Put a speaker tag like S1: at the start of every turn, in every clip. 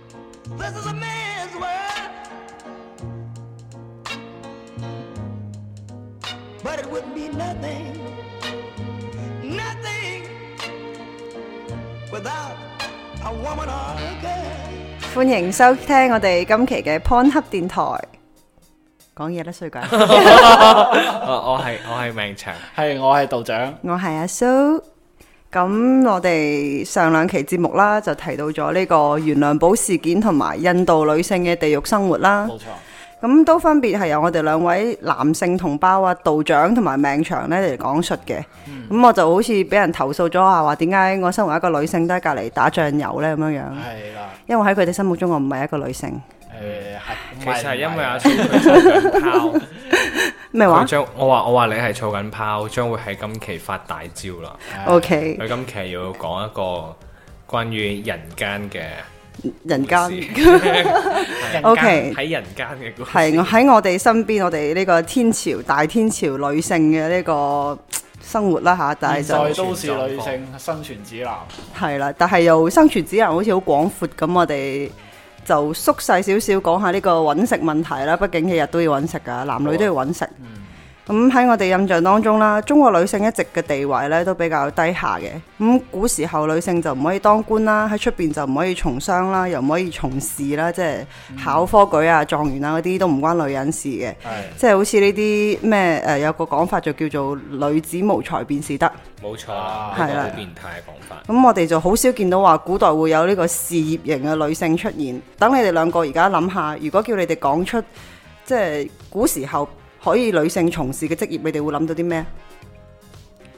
S1: this is a man's world. But it would be nothing, nothing without a woman or a girl.
S2: 歡迎收聽我哋今期嘅 PonHub 電台。講嘢啦，衰 鬼！
S3: 我我係我係命長，
S4: 係我係道長，
S2: 我係阿蘇。咁我哋上兩期節目啦，就提到咗呢個袁良寶事件同埋印度女性嘅地獄生活啦。
S4: 冇錯，
S2: 咁都分別係由我哋兩位男性同胞啊，道長同埋命長咧嚟講述嘅。咁、我就好似俾人投訴咗啊，話點解我身為一個女性都喺隔離打醬油呢？咁樣樣？
S4: 係啦，
S2: 因為喺佢哋心目中我唔係一個女性。
S4: 誒係，唔係
S3: 其實係因為阿
S2: 啊
S4: 唔係
S3: 蘇佢操 緊拋，
S2: 咩話
S3: 佢將我話我話你係操緊拋，將會喺今期發大招啦。
S2: ？O K，
S3: 佢今期要講一個關於人間嘅
S2: 人
S3: 故
S2: 間。
S3: 事
S4: 人間
S2: OK
S3: 喺人間嘅故事。
S2: 係我喺我哋身邊，我哋呢個天朝大天朝女性嘅呢個生活啦吓，但係
S4: 現在
S2: 就
S4: 都是女性生存指南，
S2: 係啦，但係又生存指南好似好廣闊咁，我哋就縮細少少講下呢個揾食問題啦。畢竟日日都要揾食噶，男女都要揾食。
S4: 嗯
S2: 咁喺我哋印象當中啦，中國女性一直嘅地位咧都比較低下嘅。咁古時候女性就唔可以當官啦，喺出邊就唔可以從商啦，又唔可以從事啦，即係
S4: 嗯
S2: 考科舉啊、狀元啊嗰啲都唔關女人事嘅。
S4: 係
S2: 即係好似呢啲咩誒有個講法就叫做女子無才便是德，
S3: 冇錯啦，
S4: 啊
S3: 呢
S2: 係
S3: 個
S2: 啦
S3: 好變態嘅講法。
S2: 咁我哋就好少見到話古代會有呢個事業型嘅女性出現。等你哋兩個而家諗下，如果叫你哋講出即係古時候可以女性從事嘅職業，你哋會諗到啲咩？
S3: 啊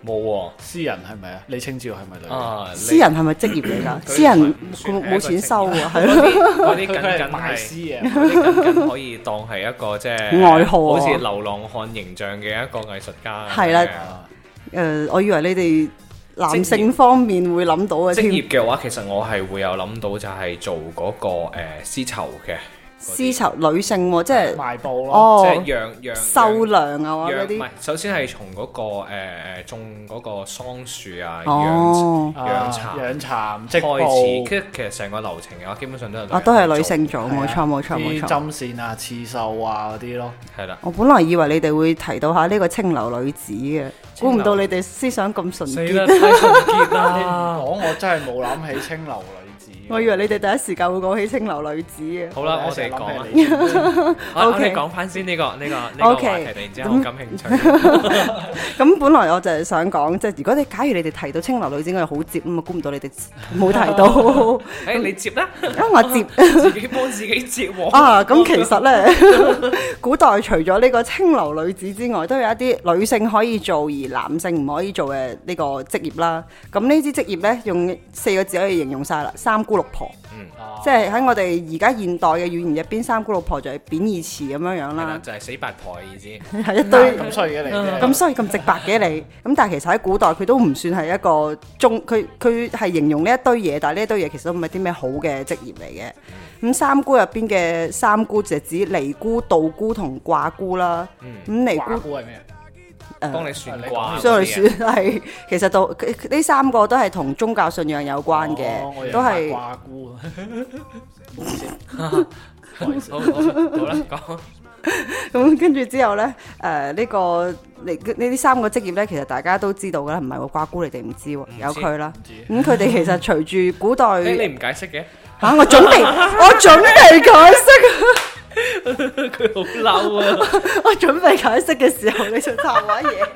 S3: 冇
S4: 私人係咪啊？李清照係咪女
S3: 喎，？啊，
S2: 私人係咪職業嚟㗎？
S3: 佢
S2: 私人
S3: 唔算
S2: 冇
S3: 係一個
S2: 冇錢收
S3: 職
S2: 喎，
S3: 業
S2: 係 咯。
S3: 嗰啲
S4: 佢
S3: 僅
S4: 佢
S3: 僅
S4: 係賣
S3: 係。
S4: 詩
S3: 嗰啲
S4: 嘅，
S3: 僅僅可以當係一個即係
S2: 愛好啊
S3: 好似流浪漢形象嘅一個藝術家咁樣。
S2: 係啦誒、我以為你哋男性方面會諗到嘅
S3: 職
S2: 添，
S3: 業嘅話，其實我係會有諗到就係做嗰個誒絲綢嘅，
S2: 絲綢女性喎，即係
S4: 賣布咯，
S3: 即
S2: 哦
S3: 係讓讓
S2: 繡娘啊
S3: 讓
S2: 嗰
S3: 唔
S2: 啲
S3: 係，首先係從嗰個誒誒種嗰個桑樹啊，養
S2: 哦。
S4: 啊
S3: 養茶
S4: 養
S3: 開始，
S4: 蠶織布，
S3: 跟住其實成個流程嘅話，基本上都係
S2: 啊，都係女
S3: 人
S2: 性做，冇錯冇錯冇
S4: 啊啲
S2: 錯。
S4: 針線啊、刺繡啊嗰啲咯，
S3: 做，係啦。
S2: 我本來以為你哋會提到下呢個清流女子嘅，
S3: 清
S2: 估
S3: 流
S2: 唔到你哋思想咁純
S3: 死
S2: 潔。
S3: 啦！太純潔
S4: 你唔
S3: 啦！
S4: 講啊我真係冇諗起清流女子，
S2: 我以為你哋第一時間會講起清流女子嘅。
S3: 好啦，我哋講啦
S4: 我 第一時間諗起李 清照
S3: 啊我
S2: OK
S3: 哋講翻先呢個呢個呢個
S2: OK，
S3: 話題，突然之間好
S2: 咁
S3: 感興趣。
S2: 咁本來我就係想講，即係如果你假如你哋提到清流女子，我又好接咁啊，估唔到你哋冇提到。 啊，
S3: 誒，你接啦，
S2: 我接
S3: 自己幫自己接喎。
S2: 啊！咁其實呢， 古代除咗呢個清流女子之外，都有一啲女性可以做而男性唔可以做嘅呢個職業啦。咁呢啲職業呢，用四個字可以形容晒啦：三姑六婆。
S3: 嗯
S4: 啊
S2: 即係喺我哋而家現代嘅語言入邊，三姑六婆就係貶義詞咁樣樣
S3: 係啦，
S2: 啦，
S3: 就係死八婆嘅意思。
S2: 係一 堆
S4: 咁衰嘅你啫，
S2: 咁所以咁直白嘅你。咁但係其實喺古代佢都唔算係一個中，佢佢係形容呢一堆嘢，但係呢一堆嘢其實都唔係啲咩好嘅職業嚟嘅。咁三姑入邊嘅三姑就指尼姑、道姑同卦姑啦。咁尼姑
S4: 掛姑係咩？
S2: 誒
S3: 幫你算
S4: 啊
S3: 卦，
S2: 所以算係其實到呢三個都係同宗教信仰有關
S4: 哦我以
S2: 嘅，
S4: 為
S2: 都係
S4: 掛姑，唔好意思
S3: 好好好啦， 講
S2: 咁跟住之後呢，誒、呢、個呢呢啲三個職業呢，其實大家都知道㗎啦，唔係喎，掛姑你哋唔知喎，
S3: 知
S2: 有佢啦。
S4: 知
S2: 咁佢哋其實隨住古代
S3: 誒
S2: 嚇、
S3: 你唔解釋嘅，
S2: 啊我準備我準備解釋，
S3: 佢好嬲啊！
S2: 我準備解釋嘅時候，你就插我一嘢。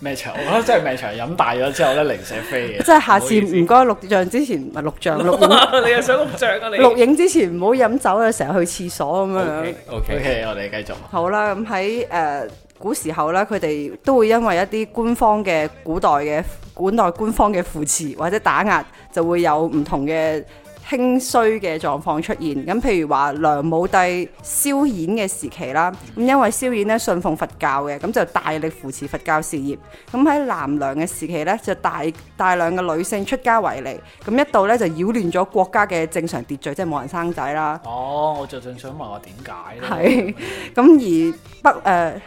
S4: 咩場？我覺得真係咩場飲大咗之後咧，零舍飛嘅。
S2: 即係下次
S3: 唔好意思
S2: 唔該錄像之前，唔係錄像錄 影
S3: 你又想錄像啊你？
S2: 錄影之前唔好飲酒啊，成日去廁所咁樣。
S3: O K，
S4: OK，我哋繼續。
S2: 好啦，咁喺誒古時候咧，佢哋都會因為一啲官方嘅古代嘅古代官方嘅扶持或者打壓，就會有唔同嘅興衰嘅狀況出現。咁譬如話梁武帝蕭衍嘅時期啦，咁因為蕭衍咧信奉佛教嘅，咁就大力扶持佛教事業。咁喺南梁嘅時期咧，就大大量嘅女性出家為尼，咁一度咧就擾亂咗國家嘅正常秩序，即係冇人生仔啦。
S4: 哦，我就正想問我點解咧？
S2: 係咁而北誒、呃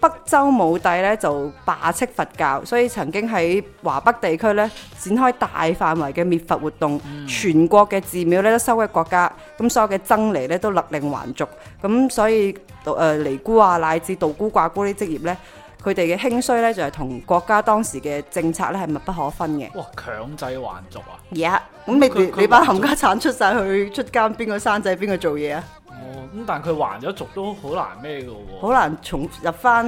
S2: 北周武帝咧就罷斥佛教，所以曾經喺華北地區咧展開大範圍嘅滅佛活動，
S4: 嗯
S2: 全國嘅寺廟咧都收歸國家，咁所有嘅僧尼咧都勒令還俗，咁所以誒、呃尼姑啊乃至道姑掛姑呢職業咧，佢哋嘅興衰咧就係、同國家當時嘅政策咧係密不可分嘅。
S4: 哇，強制還俗啊！
S2: 而家咁你
S4: 佢佢
S2: 哋你班
S4: 還
S2: 冚家產出晒去出監，邊個生仔邊個做嘢啊？
S4: 哦，咁但係佢還咗俗都好難咩嘅喎，
S2: 好難重入翻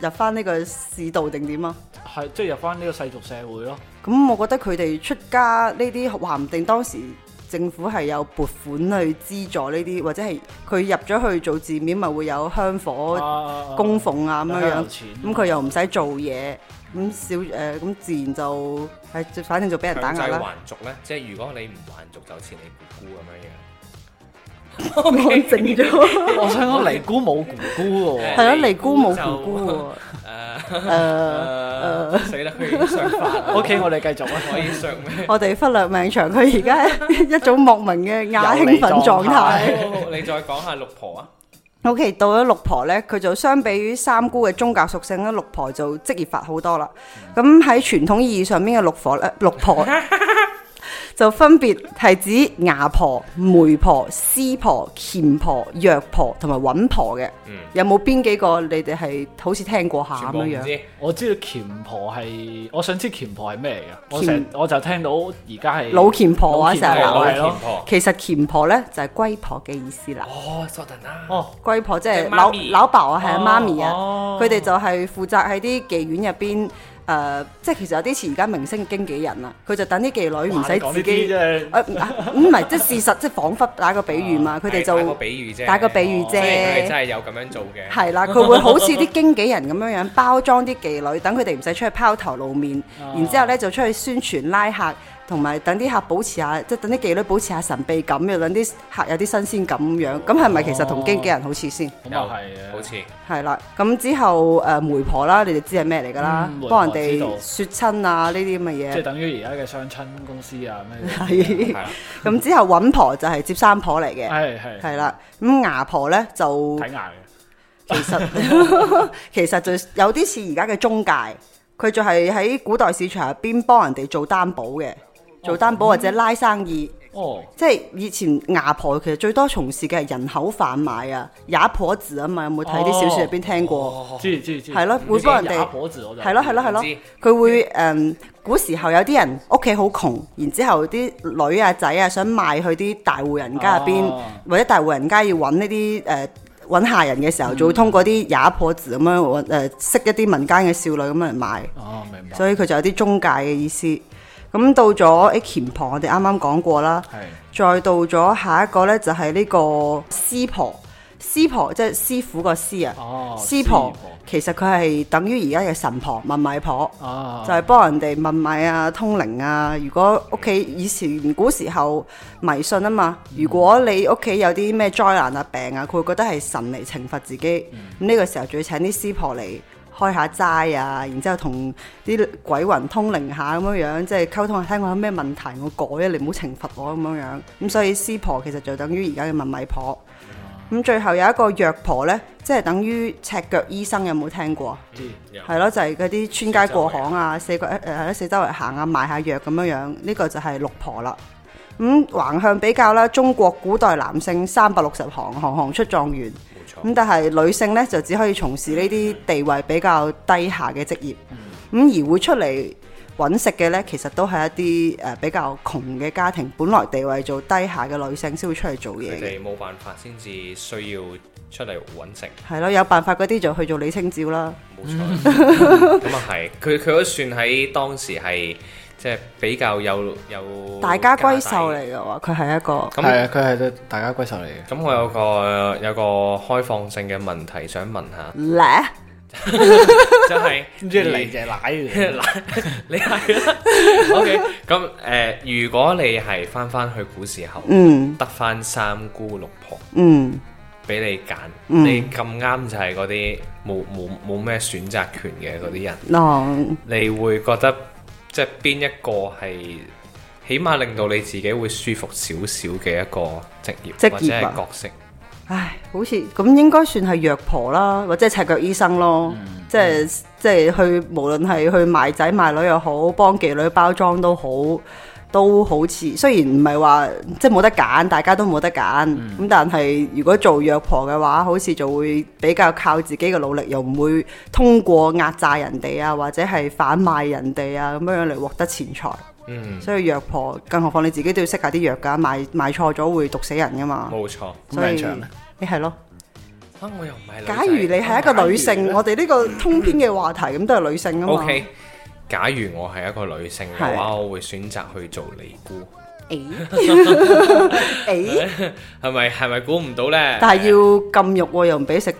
S2: 入翻呢個市道定點啊？
S4: 係即係入翻呢個世俗社會咯。
S2: 咁我覺得佢哋出家呢啲話唔定當時政府係有撥款去資助呢啲，或者係佢入咗去做寺廟咪會有香
S4: 啊哦
S2: 火
S4: 我
S2: 供奉啊咁樣樣，咁
S4: 咁
S2: 佢又唔使做嘢，咁少誒，咁、自然就係反正就俾人打
S3: 強制
S2: 壓啦。
S3: 還俗咧，即係如果你唔還俗就似你姑姑咁樣樣。
S2: 我靜 咗，
S4: 我想講尼姑冇姑 姑嘅喎，
S2: 係咯，尼姑冇姑姑
S3: 就
S2: 喎，
S3: 誒
S2: 誒、
S3: 誒，死啦！佢已經上法 啦
S4: OK，我哋繼續啊
S3: 可
S4: 啦。
S3: 以上咩？
S2: 我哋忽略命長，佢而家係一種莫名嘅亞興奮狀
S4: 遊離
S2: 態
S4: 狀態。
S3: 你再講下六婆啊？
S2: O.K. 到咗六婆呢，佢就相比於三姑嘅宗教屬性咧，六婆就職業化好多啦。咁喺傳統意義上面嘅六婆咧，六婆就分別係指牙婆、媒婆、師婆、虔婆、藥婆同埋穩婆嘅。
S3: 嗯
S2: 有冇邊幾個你哋係好似聽過下
S3: 全
S2: 咁
S3: 部唔
S2: 樣樣？
S3: 知。
S4: 我知道虔婆係，我想知虔婆係咩嚟嘅？我
S2: 虔
S4: 成我就聽到而家係
S2: 老虔婆啊
S4: 老虔
S2: 成日
S4: 婆
S2: 鬧
S4: 係
S3: 老
S4: 咯
S3: 田。婆。
S2: 其實虔婆呢，就係龜婆嘅意思啦。
S3: 哦，索頓啦。
S4: 哦，
S2: 龜婆即啊係
S3: 即係媽
S2: 老
S3: 咪
S2: 老鴇啊，係啊媽咪啊。
S4: 哦
S2: 佢哋就係負責喺啲妓院入邊，誒、呃即係其實有啲似而家明星嘅經紀人啦，佢就等啲妓女唔使自己，誒
S4: 啫。
S2: 唔啊唔係即係事實，即係彷彿打個比喻嘛，佢哋
S3: 哦打個
S2: 就
S3: 比喻啫，
S2: 打個比喻
S3: 即係佢哋真
S2: 啫。
S3: 係有咁樣做嘅。
S2: 係 啦，佢會好似啲經紀人咁樣樣包裝啲妓女，等佢哋唔使出去拋頭露面，
S3: 哦
S2: 然之後咧就出去宣傳拉客，同埋等啲客保持下，即係等啲妓女保持下神秘感，又等啲客有啲新鮮感咁樣。咁係咪其實同經紀人好似先？
S4: 咁啊係嘅，
S3: 好似
S2: 係啦，咁之後誒、呃媒婆啦，你哋知係咩嚟㗎啦
S4: 嗯，媒婆
S2: 幫人哋
S4: 知道
S2: 説親啊呢啲咁
S4: 即係
S2: 嘅嘢。
S4: 等於而家嘅相親公司啊咩嘅？
S2: 係
S3: 係啦，
S2: 咁之後揾婆就係接生婆嚟嘅，
S4: 係係
S2: 係啦。咁牙婆呢，就
S4: 睇牙嘅。
S2: 其 實 其實就有啲似而家嘅中介，佢就係喺古代市場入邊幫人哋做擔保嘅，做擔保或者拉生意。
S4: 哦，
S2: 即係以前牙婆其實最多從事嘅係人口販賣啊，啞婆子啊嘛，有冇睇啲小説入邊聽過？
S4: 知知知。
S2: 哦係咯會幫人哋
S4: 啞婆字我就
S2: 係咯係咯係
S3: 唔知
S2: 咯，佢會誒、嗯古時候有啲人屋企好窮，然之後啲女啊仔啊想賣去啲大戶人家入邊，
S4: 哦
S2: 或者大戶人家要揾呢啲誒揾下人嘅時候，就會通過啲啞婆子咁樣揾誒、識一啲民間嘅少女咁樣嚟賣，
S4: 哦，明白。
S2: 所以佢就有啲中介嘅意思。咁到咗誒虔婆，我哋啱啱講過啦，
S4: 係
S2: 再到咗下一個呢，就係呢個師婆，師婆即係師傅個師啊，
S4: 哦
S2: 師婆
S4: 師婆
S2: 其實佢係等於而家嘅神婆、問米婆。
S4: 啊，
S2: 就係幫人哋問米啊、通靈啊。如果屋企以前古時候迷信啊嘛，如果你屋企有啲咩災難啊、病啊，佢會覺得係神嚟懲罰自己。咁呢個時候仲要請啲師婆嚟開下齋啊，然之後同啲鬼魂通靈下咁樣樣，即係溝通下，聽我有咩問題，我改啊，你唔好懲罰我咁樣樣。咁所以師婆其實就等於而家嘅問米婆。咁最後有一個藥婆呢，即係等於赤腳醫生，有冇聽過啊？
S4: 知
S3: 有
S2: 係咯，就係嗰啲穿街過巷啊，四個誒係咯，四周圍行啊，賣下藥咁樣樣，呢、個就係六婆啦。咁、橫向比較啦，中國古代男性三百六十行，行行出狀元。
S3: 冇錯。
S2: 咁但係女性呢，就只可以從事呢啲地位比較低下嘅職業。咁、而會出嚟揾食嘅呢，其實都係一啲誒、呃比較窮嘅家庭，本來地位做低下嘅女性先會出嚟做嘢
S3: 佢
S2: 嘅。
S3: 哋冇辦法先至需要出嚟揾食，
S2: 係咯，有辦法嗰啲就去做李清照啦。
S3: 冇錯。咁啊係，佢佢都算喺當時係即係比較有有
S2: 大家閨秀
S3: 家底。
S2: 嚟嘅喎，佢係一個。，
S3: 咁
S4: 係啊，佢係大家閨秀嚟嘅。
S3: 咁我有個有個開放性嘅問題想問下
S2: 咧
S3: 就係
S4: 唔知嚟就係 奶嘅，
S3: 嗱，你係啦。OK，咁誒、呃如果你係翻翻去古時候，
S2: 嗯
S3: 得翻三姑六婆
S2: 嗯，
S3: 俾你揀，
S2: 嗯
S3: 你咁啱就係嗰啲冇冇冇咩選擇權嘅嗰啲人，
S2: 嗱，
S3: 你會覺得即係邊一個係起碼令到你自己會舒服少少嘅一個職業
S2: 職業啊
S3: 或者係角色？
S2: 唉，好似咁應該算係藥婆啦，或者係赤腳醫生咯，即係即係去無論係去賣仔賣女又好，幫妓女包裝都好，都好似雖然唔係話即係冇得揀，大家都冇得揀，咁、但係如果做藥婆嘅話，好似就會比較靠自己嘅努力，又唔會通過壓榨人哋啊，或者係販賣人哋啊咁樣樣嚟獲得錢財。
S3: 嗯，
S2: 所以藥婆，更何況你自己都要識下啲藥㗎，賣賣錯咗會毒死人㗎嘛。
S3: 冇錯。啊，
S2: 所
S4: 命
S2: 以
S4: 長咧
S2: 你係咯。
S3: 我又唔係女仔
S2: 假如你係一個女性，我哋呢個通篇嘅話題咁都係女性啊嘛。
S3: O K，假如我係一個女性嘅話，
S2: 係
S3: 我會選擇去做尼姑，
S2: 誒誒
S3: 係咪係咪估唔到呢？
S2: 但係要禁肉喎，又唔俾食，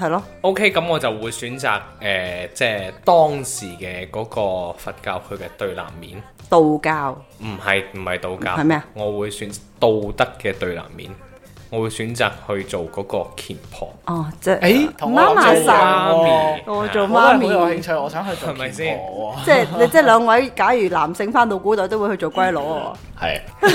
S2: 係咯。
S3: O K，咁我就會選擇誒、呃即係當時嘅嗰個佛教佢嘅對立面，
S2: 道教
S3: 唔係唔係道教，
S2: 係咩啊？
S3: 我會選道德嘅對立面，我會選擇去做嗰個虔婆。哦
S2: 哦，即係
S4: 誒，同我
S2: 媽媽
S4: 諗
S2: 生
S4: 嘅
S3: 媽咪
S2: 我做
S4: 我都係
S2: 媽
S4: 好有興
S2: 咪，
S4: 趣，我想去做
S3: 係咪
S4: 鉗婆喎。
S2: 即係你即係兩位。假如男性翻到古代都會去做龜佬喎，
S4: 係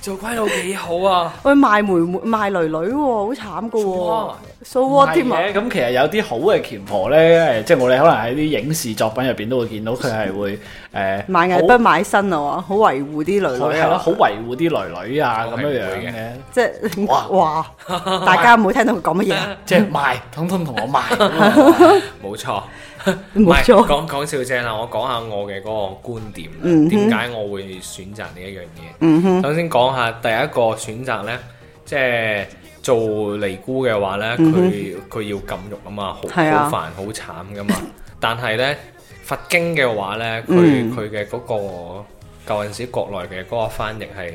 S3: 做鬼佬幾好啊！
S2: 會賣妹妹賣女女喎，好慘噶喎。So
S4: 唔
S2: what
S4: 係
S2: 添啊？
S4: 嘅，咁其實有啲好嘅鉗婆咧，誒即係我哋可能喺啲影視作品入邊都會見到佢係會誒
S2: 買藝
S4: 好
S2: 不買身啊喎，好維護啲女女
S4: 係
S2: 啊
S4: 咯，
S2: 哦
S4: 好，維護啲女女啊咁
S3: 我係唔
S4: 樣
S3: 會
S4: 樣
S3: 嘅
S4: 嘅，
S2: 即係
S4: 哇
S2: 哇！大家有冇聽到佢講乜嘢啊？
S4: 即係賣，通通同我賣咁樣。
S3: 冇錯，唔
S2: 冇
S3: 係
S2: 錯
S3: 講講笑啫啦，我講下我嘅嗰個觀點啦
S2: 嗯哼
S3: 點解我會選擇呢一樣嘢？
S2: 嗯哼，
S3: 首先講下第一個選擇呢，即係做尼姑嘅話呢，佢佢要禁肉啊嘛，好好
S2: 嗯係啊
S3: 煩好 慘噶嘛。但係呢，佛經嘅話呢，佢
S2: 嗯
S3: 佢嘅嗰個舊陣時國內嘅嗰個翻譯係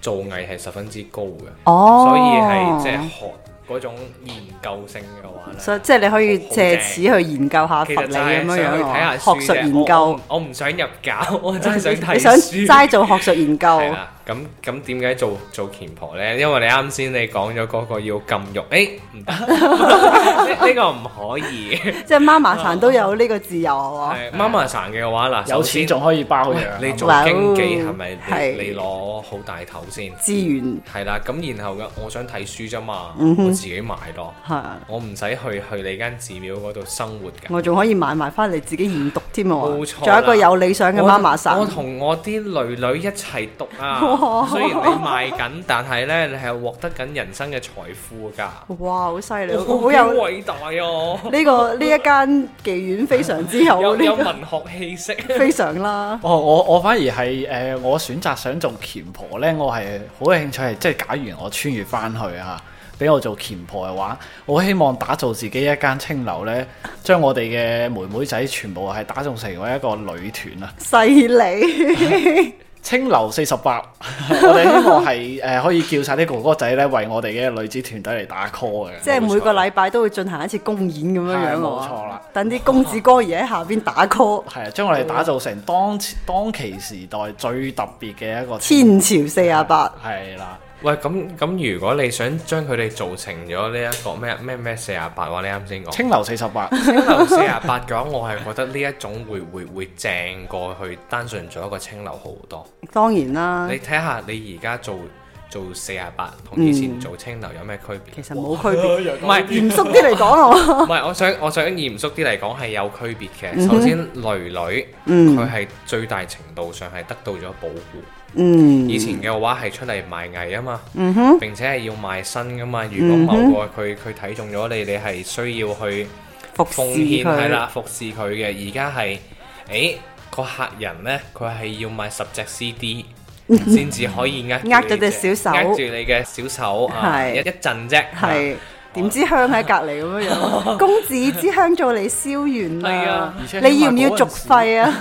S3: 造詣係十分之高嘅，
S2: 哦，
S3: 所以係即係學嗰種研究性嘅話呢。
S2: 所以即係你可以借此去研究下
S3: 其
S2: 佛
S3: 實
S2: 理
S3: 就係
S2: 咁
S3: 想
S2: 樣樣
S3: 去睇下
S2: 喎，
S3: 書啫
S2: 學術研
S3: 我
S2: 究
S3: 我。我唔想入教， 我真係想睇
S2: 你想
S3: 書
S2: 齋做學術研究，
S3: 係啦，咁咁點解做做鉗婆咧？因為你啱先你講咗嗰個要禁肉，誒、唔得，呢 呢個唔可以。
S2: 即係媽媽層都有呢個自由 啊！
S3: 係媽媽生嘅話嗱，
S4: 有
S3: 首
S4: 錢
S3: 先
S4: 仲可以包養啊。
S3: 你做
S2: 哇
S3: 經紀
S2: 哦
S3: 係咪
S2: 係
S3: 你你攞好大頭先？
S2: 資源
S3: 係啦，咁然後嘅我想睇書啫嘛，
S2: 嗯哼
S3: 我自己買咯，
S2: 係啊，
S3: 我唔使去去你間寺廟嗰度生活㗎。
S2: 我仲可以買埋翻嚟自己研讀添啊！
S3: 冇錯啦
S2: 仲有一個有理想嘅媽媽
S3: 我我
S2: 層，
S3: 同我啲女女一齊讀啊
S2: 哇！
S3: 雖然你賣緊，但係呢，你係獲得緊人生嘅財富㗎。
S2: 哇，好犀利，
S3: 我
S2: 好有
S3: 偉大啊！
S2: 呢個呢一間妓院非常之有
S3: 有有
S2: 呢個
S3: 文學氣息。
S2: 非常啦，
S4: 哦，我我反而係誒、呃我選擇想做鉗婆咧，我係好有興趣係即係假如我穿越翻去啊，俾我做鉗婆嘅話，我希望打造自己一間青樓咧，將我哋嘅妹妹仔全部係打造成為一個女團啊！
S2: 犀 利，
S4: 青樓四十八， 我哋希望係誒、呃可以叫晒啲哥哥仔咧為我哋嘅女子團隊嚟打 call 嘅。
S2: 即係每個禮拜都會進行一次公演咁樣樣
S4: 係
S2: 喎
S4: 冇錯啦
S2: 等啲公子哥兒喺下邊打 call。
S4: 係啊，將我哋打造成當當其時代最特別嘅一個
S2: 天朝四廿八，
S4: 係啦。
S3: 喂，咁咁如果你想將佢哋做成咗呢一個咩咩咩四廿八話，你啱先講
S4: 青樓四十八，
S3: 青 樓四廿八嘅話，我係覺得呢一種會會會正過去單純做一個青樓好多。
S2: 當然啦
S3: 你，睇下你而家做做四廿八同以前做青樓有咩區
S2: 嗯其
S3: 別？
S2: 實冇區別。
S3: 唔係
S2: 嚴肅啲嚟講，
S3: 唔係，我想我想嚴肅啲嚟講係有區別嘅。首先，女女
S2: 嗯
S3: 佢係最大程度上係得到咗保護。
S2: 嗯，
S3: 以前嘅話係出嚟賣藝啊嘛，
S2: 嗯哼，
S3: 並且係要賣身噶嘛。如果某個佢佢睇中咗你，你係需要去
S2: 服侍
S3: 奉獻係
S2: 佢，
S3: 啦，服侍佢嘅。而家係誒個客人呢，佢係要買十 隻 CD 先至可以呃
S2: 呃咗隻小手
S3: 呃住你嘅小手啊
S2: 係
S3: 一一陣啫，
S4: 啊
S2: 係點支香喺隔離咁樣 樣，公子支香做你燒完
S3: 係啊
S2: 啦
S4: 而且，
S2: 你要唔要續費啊？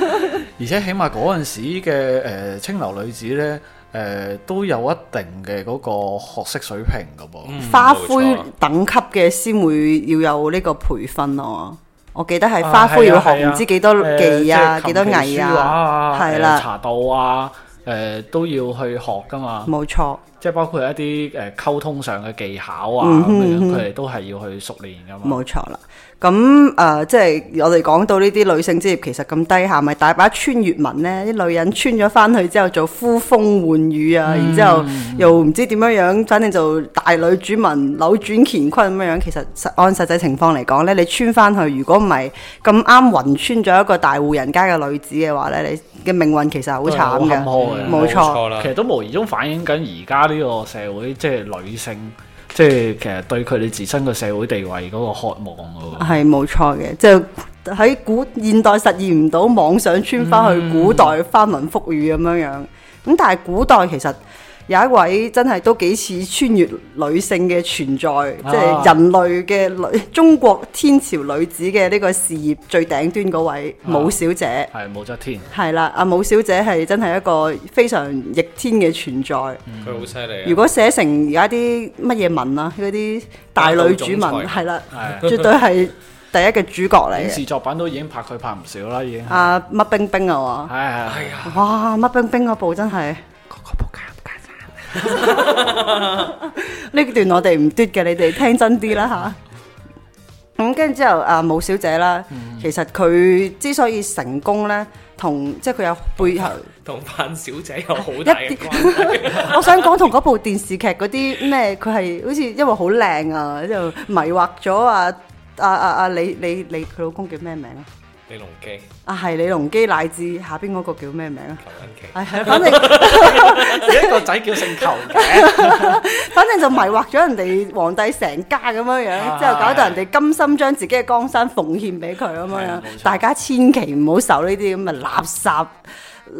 S4: 而且起碼嗰陣時嘅誒青樓女子咧，誒、都有一定嘅嗰個學識水平㗎噃。
S3: 嗯
S2: 花
S3: 冇
S2: 魁
S3: 錯
S2: 等級嘅先會要有呢個培訓咯。我記得係
S4: 啊
S2: 花魁要學
S4: 係
S2: 唔
S4: 啊
S2: 知幾多
S4: 誒
S2: 技啊，
S4: 即係
S2: 幾多
S4: 琴棋
S2: 藝
S4: 書畫啊，
S2: 係
S4: 誒
S2: 啦，
S4: 茶道啊，誒、都要去學㗎嘛。
S2: 冇錯。
S4: 即係包括一啲誒溝通上嘅技巧啊，
S2: 嗯
S4: 咁
S2: 哼
S4: 樣
S2: 嗯哼
S4: 佢哋都係要去熟練㗎嘛。
S2: 冇錯啦。咁誒、呃即係我哋講到呢啲女性職業其實咁低下，咪大把穿越文呢啲女人穿咗翻去之後做呼風喚雨啊，
S4: 嗯
S2: 然之後又唔知點樣樣，反正就大女主文扭轉乾坤咁樣樣。其實實按實際情況嚟講呢，你穿翻去，如果唔係咁啱雲穿咗一個大戶人家嘅女子嘅話呢，你嘅命運其實好
S4: 都
S2: 慘
S4: 係好坎坷
S2: 嘅，
S4: 嘅
S2: 冇錯。
S3: 啦
S4: 其。實都無意中反映緊而家呢個社會，即係女性，即係其實對佢哋自身嘅社會地位嗰個渴望嘅喎。
S2: 係冇錯嘅，即係喺古現代實現唔到妄想穿翻去古代翻文覆雨咁樣樣。咁但係古代其實有一位真係都幾似穿越女性嘅存在，即係人類嘅女中國天朝女子嘅呢個事業最頂端嗰位武小姐。
S4: 係武則天，
S2: 係啦，阿武小姐係真係一個非常逆天嘅存在。
S3: 佢好犀利啊。
S2: 如果寫成而家啲乜嘢文啊，嗰啲大女主文
S3: 霸道總裁
S2: 係啦，
S4: 係
S2: 絕對係第一嘅主角嚟
S4: 影
S2: 嘅。
S4: 視作品都已經拍佢拍唔少啦，已經。係
S2: 啊乜冰冰啊
S4: 係係。
S2: 喎，哇乜冰冰嗰部真係，呢段我哋唔嘟嘅，你哋聽真啲啦吓。咁跟住之後啊，武小姐啦，其實佢之所以成功咧，同即係佢有背後，
S3: 同范小姐有好大嘅
S2: 一啲
S3: 關係。
S2: 我想講同嗰部電視劇嗰啲咩，佢係好似因為好靚啊，就迷惑咗啊啊啊啊李李李佢老公叫咩名啊？
S3: 李龍基、
S2: 啊係李隆基乃至下邊嗰個叫咩名啊？
S3: 求恩琪，
S2: 係係，反正。
S4: 有一個仔叫姓求 嘅，
S2: 反正就迷惑咗人哋皇帝成家咁樣樣，
S4: 啊
S2: 之後搞到人哋甘心將自己嘅江山奉獻俾佢咁樣
S4: 係
S2: 樣
S4: 啊冇錯，
S2: 大家千祈唔好受呢啲咁嘅垃圾誒、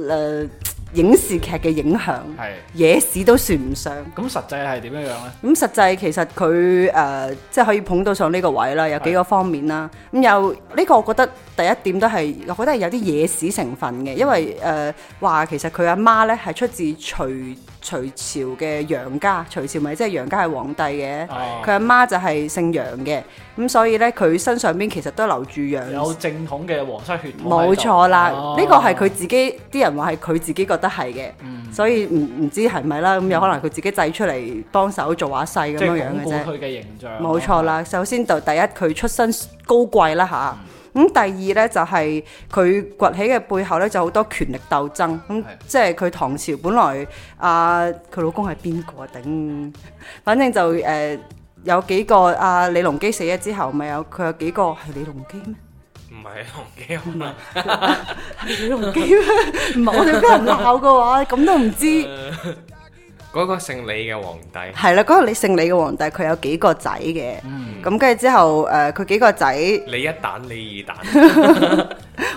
S2: 呃影視劇嘅影響，
S4: 係
S2: 野史都算唔上。
S4: 咁實際係點樣樣咧？
S2: 咁實際其實佢誒、呃即係可以捧到上呢個位啦，有幾個方面啦。咁有呢個，我覺得第一點都係，我覺得係有啲野史成分嘅，因為誒話、其實佢阿媽咧係出自隋隋朝嘅楊家，隋朝咪即係楊家係皇帝嘅，
S4: 哦
S2: 佢阿媽就係姓楊嘅，咁所以咧佢身上邊其實都留住楊。
S4: 有正統嘅皇室血統喺度。
S2: 冇錯啦，
S4: 哦
S2: 呢個係佢自己啲人話係佢自己覺得係嘅，所以唔唔知係咪啦，咁有可能佢自己製出嚟幫手做下勢咁
S4: 即係
S2: 樣樣
S4: 鞏
S2: 嘅
S4: 固
S2: 啫。
S4: 佢嘅形象。
S2: 冇錯。啦，首先就第一佢出身高貴啦吓，咁、第二呢，就係佢崛起嘅背後呢，就好多權力鬥爭，咁、即係佢唐朝本來啊佢老公係邊個啊頂， 反正就誒、呃有幾個啊李隆基死咗之後，咪有佢有幾個係李隆基咩？
S3: 唔係李龍基可能
S2: 嗯 係李隆基咩？唔係我哋俾人鬧嘅話，咁都 唔知。
S3: 嗰個姓李嘅皇帝。
S2: 係啦，嗰、個李姓李嘅皇帝佢有幾個仔嘅，
S4: 嗯
S2: 咁跟住之後誒，呃佢、幾個仔，
S3: 李一蛋、李二蛋，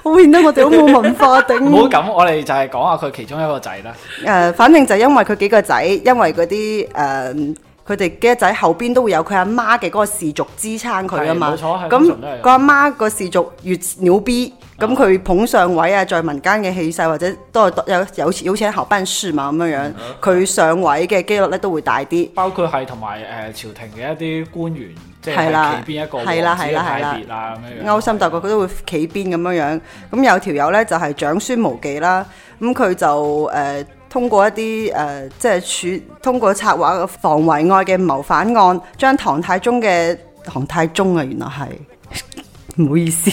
S2: 我見得我哋好冇文化頂。
S4: 唔 好咁，我哋就係講下佢其中一個仔啦。
S2: 誒、反正就因為佢幾個仔，因為嗰啲誒，嗯佢哋幾個仔後邊都會有佢阿媽嘅嗰個氏族支撐佢啊嘛。
S4: 係冇錯係通
S2: 咁
S4: 常都係咁
S2: 個阿媽個氏族越牛逼，咁佢捧上位啊，在民間嘅氣勢或者都係有有有錢後班書嘛咁樣
S4: 嗯
S2: 樣，佢上位嘅機率咧都會大啲。
S4: 包括係同埋誒朝廷嘅一啲官員，即
S2: 係啦
S4: 係企邊一個王子
S2: 係啦係
S4: 嘅
S2: 啦係
S4: 派
S2: 啦
S4: 別啊咁樣樣。
S2: 勾心鬥角，佢都會企邊咁樣樣。咁有條友呢，就係長孫無忌啦，咁佢就誒、呃通過一啲誒、呃即係處通過策劃防圍外嘅謀反案，將唐太宗嘅唐太宗啊，原來係 唔好意思，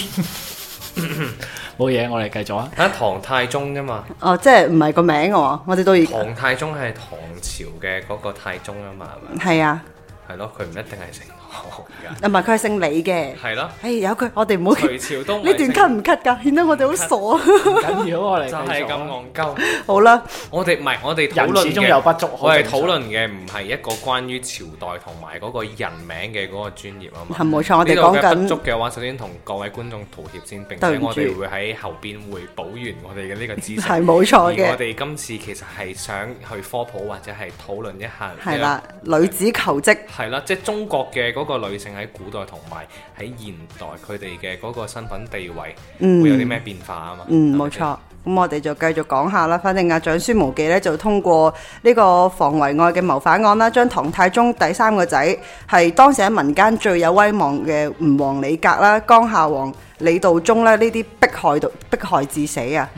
S4: 冇嘢，我哋繼續啊。
S3: 啊唐太宗啫嘛，
S2: 哦，即係唔係個名嘅喎，我哋到而
S3: 唐太宗係唐朝嘅嗰個太宗啊嘛，係咪？
S2: 係啊，
S3: 係咯，佢唔一定係姓唐㗎。
S2: 唔係佢係姓李嘅，
S3: 係咯，
S2: 誒有佢，我哋唔好
S3: 隋朝都 唔
S2: 呢
S3: 係姓
S2: 段 cut 唔 cut 㗎，顯得我哋好傻。
S4: 唔緊要，我哋
S3: 就
S4: 繼
S3: 係
S4: 續啊。
S3: 咁戇鳩。
S2: 好啦，
S3: 我哋唔係我哋討
S4: 人
S3: 論
S4: 始
S3: 嘅
S4: 終有不足可
S3: 我哋
S4: 正常
S3: 討論嘅唔係一個關於朝代同埋嗰個人名嘅嗰個專業啊嘛。
S2: 係冇錯，我
S3: 呢
S2: 哋
S3: 度
S2: 講
S3: 嘅不足
S2: 緊
S3: 嘅話，首先同各位觀眾道歉先，並
S2: 對
S3: 且
S2: 唔住
S3: 我哋會喺後邊會補完我哋嘅呢個知識。
S2: 係冇
S3: 而我
S2: 錯嘅。
S3: 哋今次其實係想去科普或者係討論一下，
S2: 係啦，女子求職
S3: 一個，係啦，即係中國嘅嗰個女性喺古代同埋喺現代佢哋嘅嗰個身份地位
S2: 嗯
S3: 會有啲咩變化啊嘛？
S2: 嗯，
S3: 係咪
S2: 冇錯。咁我哋就繼續講下啦。反正阿長孫無忌咧就通過呢個防圍外嘅謀反案啦，將唐太宗第三個仔係當時喺民間最有威望嘅吳
S3: 嗯
S2: 王李革啦、江夏王李道宗咧呢啲迫害到迫害致死啊。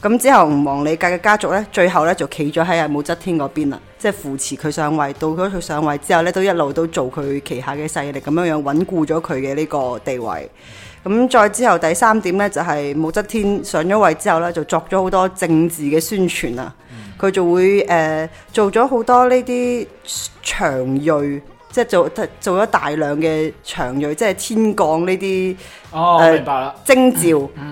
S2: 咁之後吳王李界嘅家族呢，最後呢就企咗喺阿武則天嗰邊啦，即係扶持佢上位。到咗佢上位之後呢，都一路都做佢旗下嘅勢力，咁樣樣穩固咗佢嘅呢個地位。咁再之後第三點呢，就係、武則天上咗位之後呢，就作咗好多政治嘅宣傳啦。
S4: 嗯
S2: 佢就會誒、呃做咗好多呢啲長鋭，即係做做咗大量嘅長鋭，即係天降呢啲。
S4: 哦，
S2: 誒
S4: 我明白啦，
S2: 征召，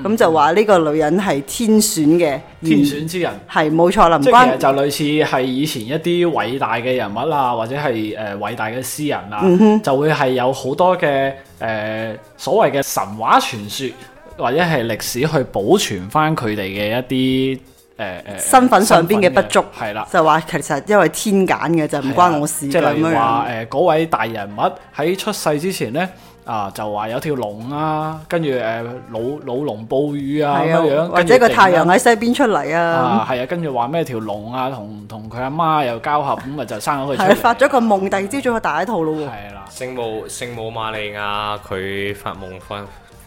S2: 咁、就話呢個女人係天選嘅，
S4: 嗯天選之人。
S2: 而係冇錯啦，唔
S4: 即係其實
S2: 關
S4: 就類似係以前一啲偉大嘅人物啊，或者係誒、呃、偉大嘅詩人啊，
S2: 嗯
S4: 就會係有好多嘅誒、呃所謂嘅神話傳說或者係歷史去保存翻佢哋嘅一啲呃誒誒
S2: 身份上邊嘅不足
S4: 係啦。呃
S2: 就話其實因為天揀嘅就唔關我事
S4: 即
S2: 嘅
S4: 係
S2: 咁
S4: 例如
S2: 樣
S4: 話
S2: 樣，
S4: 誒嗰位大人物喺出世之前咧。啊，就話有條龍啊，跟住誒老老龍暴雨啊咁樣
S2: 係
S4: 樣，
S2: 啊，或者個
S4: 跟住突然
S2: 太
S4: 間
S2: 陽喺西邊出嚟
S4: 啊，
S2: 啊，
S4: 係啊，跟住話咩條龍啊，同同佢阿媽又交合，咁咪就生咗佢出
S2: 係
S4: 嚟。
S2: 發咗個夢，第二朝早佢大喺肚咯喎，
S4: 係啦，
S3: 聖母聖母瑪利亞佢發夢瞓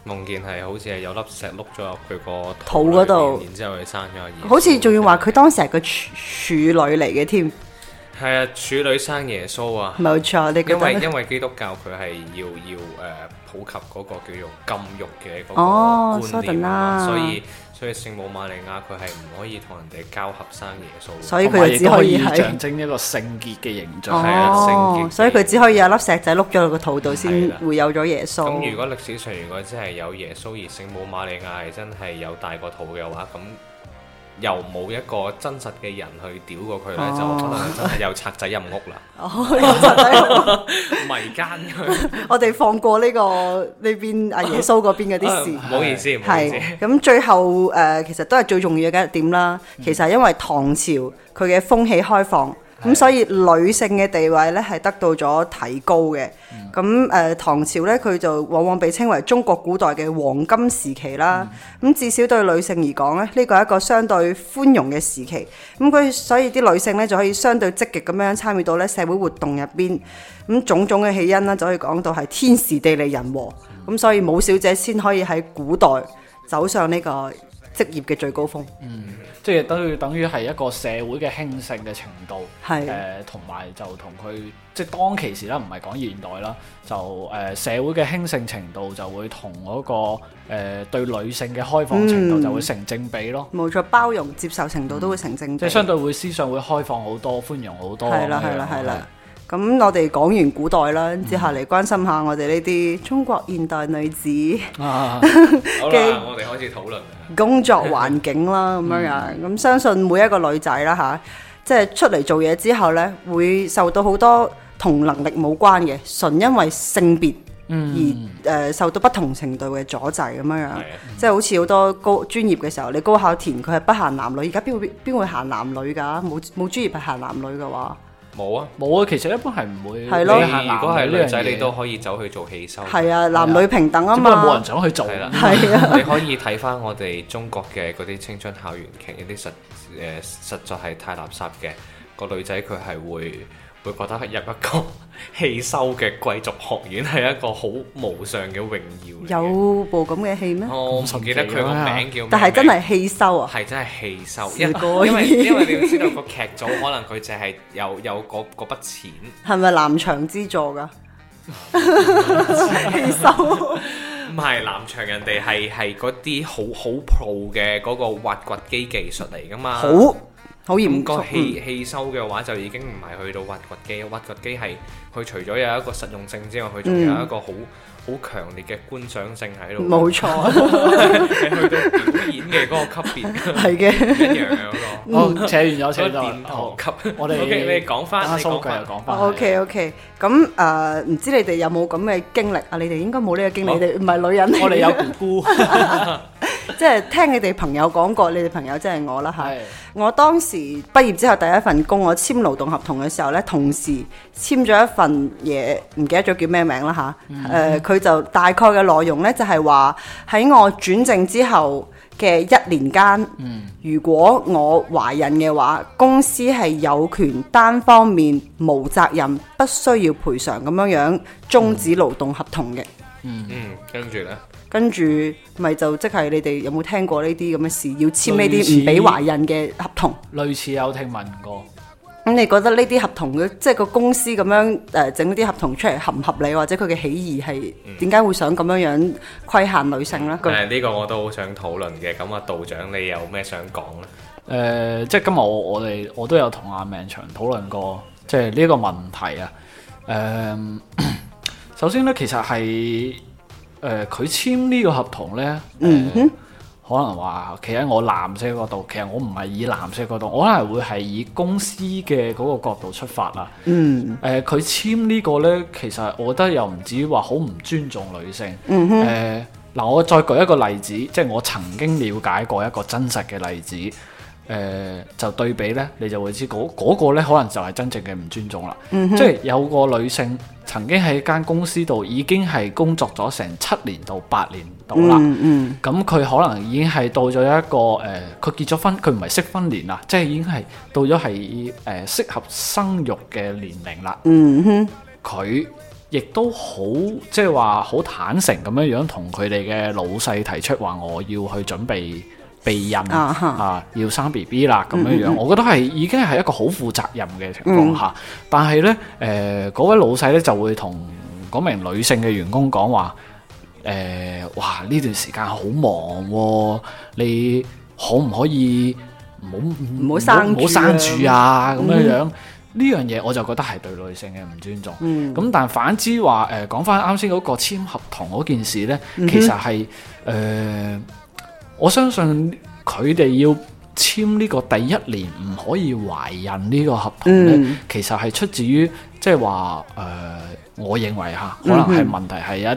S3: 夢見係好似係有粒石碌咗入佢個
S2: 肚嗰度
S3: 裏面然之後佢生咗個兒。
S2: 好似仲要話佢當時係個處處女嚟嘅添，
S3: 係啊，處女生耶穌啊！
S2: 冇錯，你覺
S3: 因
S2: 得
S3: 為
S2: 呢
S3: 因為基督教佢係要要誒、呃普及嗰個叫做禁欲嘅嗰
S2: 哦
S3: 個觀念啊嘛，
S2: 所
S3: 所
S2: 以
S3: 以所以聖母瑪利亞佢係唔可以同人哋交合生耶穌，
S2: 所以佢
S4: 同埋
S2: 就
S4: 亦
S2: 只
S4: 都可
S2: 可
S4: 以
S2: 以喺
S4: 象徵一個聖潔嘅形象。
S3: 係啊聖
S2: 哦，
S3: 潔
S2: 所以佢只可以有粒石仔碌咗落個肚度先
S3: 係啦
S2: 會有咗耶
S3: 咁
S2: 穌
S3: 如。果歷史上如果真係有耶穌而聖母瑪利亞係真係有大個肚嘅話，咁又冇一個真實嘅人去屌過佢咧，就可能真係有賊仔入屋啦，
S2: 哦，呢個就係
S3: 迷奸佢。
S2: 我哋放過呢、個呢邊啊阿耶穌嗰邊嗰 啲事
S3: 唔。好意思，唔好意思。
S2: 係咁，最後誒、呃其實都係最重要嘅一點啦。其實因為唐朝佢嘅風氣開放，咁所以女性嘅地位咧係得到咗提高嘅。咁誒、呃唐朝咧佢就往往被稱為中國古代嘅黃金時期啦。咁、至少對女性而講咧，呢個係一個相對寬容嘅時期。咁佢所以啲女性咧就可以相對積極咁樣參與到咧社會活動入邊。咁種種嘅起因啦，就可以講到係天時地利人和。咁所以武小姐先可以喺古代走上呢個職業嘅最高峰。
S4: 嗯即係等於等於係一個社會嘅興盛嘅程度，
S2: 係
S4: 誒同埋就同佢即係當其時啦，唔係講現代啦，就誒、呃社會嘅興盛程度就會同嗰、個誒、呃對女性嘅開放程度就會成正比咯，
S2: 冇錯，包容接受程度都會成正
S4: 嗯即
S2: 比。
S4: 係相對哦啊會思想會開放好多，寬容好多咁樣。
S2: 係啦，係啦，係啦。咁我哋講完古代啦，接下嚟關心下我哋呢啲中國現代女子
S4: 啊。
S3: 好啦，我哋開始討論啦。
S2: 工作環境啦，咁樣樣。咁相信每一個女仔啦吓，即係出嚟做嘢之後呢，會受到好多同能力冇關嘅，純因為性別。而誒、呃受到不同程度嘅阻滯咁樣樣
S3: 係啊，
S2: 即係好似好多高專業嘅時候，你高考填佢係不限男女，而家邊會邊會限男女㗎？冇冇專業係限男女嘅話，
S3: 冇啊，
S4: 冇啊，其實一般係唔會
S2: 係咯
S3: 你
S4: 理下男
S3: 如果係
S4: 女呢
S3: 女
S4: 樣
S3: 仔，
S4: 嘢
S3: 你都可以走去做汽修。
S2: 係啊，男女平等啊
S4: 只不過冇
S2: 嘛
S4: 人，想去做。
S3: 係啦，
S2: 係啊，
S3: 你可以睇翻我哋中國嘅嗰啲青春校園劇，有啲實誒、呃、實在係太垃圾嘅。個女仔佢係會會覺得入一個汽修嘅貴族學院係一個好無上嘅榮耀嚟嘅。
S2: 有部咁嘅戲咩？
S3: 我唔記
S4: 啊
S3: 得佢個名叫咩名，
S2: 但係真係氣收啊！
S3: 係真係氣收，
S2: 試過
S3: 因因為因為你要知道個劇組可能佢就係有有嗰嗰筆錢，
S2: 係咪南翔資助 㗎？氣收
S3: 唔係南翔人哋係係嗰啲好好 pro 嘅嗰個挖掘機技術嚟噶嘛。
S2: 好好
S3: 咁
S2: 嚴
S3: 個
S2: 肅，嗯
S3: 氣氣收嘅話就已經唔係去到挖掘機，挖掘機係佢除咗有一個實用性之外，佢仲有一個好好強烈嘅觀賞性喺度。
S2: 冇 錯，
S3: 係去到表演嘅嗰個級 別
S2: 係
S3: 唔
S2: 嘅。
S3: 一樣嘅嗰個。
S4: 好哦扯完咗，扯
S3: 嗰
S4: 咗
S3: 個殿堂
S4: 好
S3: 級，
S4: 我哋
S3: OK，你講翻，
S4: 等
S3: 你
S4: 下
S3: 講
S4: 數據
S3: 翻
S4: 又，講翻。
S2: O K O K，咁誒唔知你哋有冇咁嘅經歷啊？你哋應該冇呢個經歷，
S4: 冇
S2: 你哋唔係女人嚟嘅
S4: 我哋有姑姑，
S2: 即係聽你哋朋友講過，你哋朋友即係我啦嚇。
S4: 係
S2: 我當時畢業之後第一份工，我簽勞動合同嘅時候呢，同事簽咗一份嘢，唔記得咗叫咩名啦吓，誒、佢、就大概嘅內容呢，就係話喺我轉正之後嘅一年間，如果我懷孕嘅話，公司係有權單方面無責任，不需要賠償咁樣樣終止勞動合同嘅。
S3: 嗯，跟住咧，
S2: 跟住咪就即係你哋有冇聽過呢啲咁嘅事？要簽呢啲唔俾懷孕嘅合同。
S4: 類似有聽聞過，
S2: 咁你覺得呢啲合同嘅，即係個公司咁樣誒整啲合同出嚟合唔合理，或者佢嘅起義係點解會想咁樣樣規限女性呢？
S3: 誒呢個我都好想討論嘅，咁啊道長你有咩想講呢？
S4: 誒、即係今日我我哋我都有同阿命長討論過，即係呢個問題啊。誒、 首先咧，其實係誒佢簽呢個合同咧，誒、
S2: 嗯
S4: 可能話企喺我男性角度，其實我唔係以男性角度，我可能會係以公司嘅嗰個角度出發啦。
S2: 嗯，
S4: 誒、佢簽呢個呢，其實我覺得又唔至於話好唔尊重女性。誒嗱、
S2: 嗯
S4: 我再舉一個例子，即係我曾經了解過一個真實嘅例子。誒、就對比呢，你就會知嗰嗰、個呢可能就係真正嘅唔尊重啦。
S2: 嗯
S4: 即係有個女性曾經喺間公司度已經係工作咗成七年到八年到啦。
S2: 嗯嗯
S4: 咁佢可能已經係到咗一個呃誒，佢、結咗婚，佢唔係適婚年啦，即係已經係到咗係誒適合生育嘅年齡啦。
S2: 嗯哼，
S4: 佢亦都好即係話好坦誠咁樣樣同佢哋嘅老細提出話，我要去準備備孕
S2: 啊哈嗯
S4: 要生 B B 啦咁樣樣。我覺得係已經係一個好負責任嘅情況下，但係呢，誒、呃嗰位老細呢就會同嗰名女性嘅員工講話。誒、哇！呢段時間好忙喎、你可唔可以唔好
S2: 唔好生
S4: 唔好
S2: 住啊
S4: 生住啊？咁樣樣呢樣嘢我就覺得係對女性嘅唔尊重。咁、
S2: 嗯
S4: 但反之話誒，講翻啱先嗰個簽合同嗰件事呢，
S2: 嗯
S4: 其實係誒、我相信佢哋要簽呢個第一年唔可以懷孕呢個合同呢，
S2: 嗯
S4: 其實係出自於即係話誒，我認為嚇，
S2: 嗯
S4: 可能係問題係一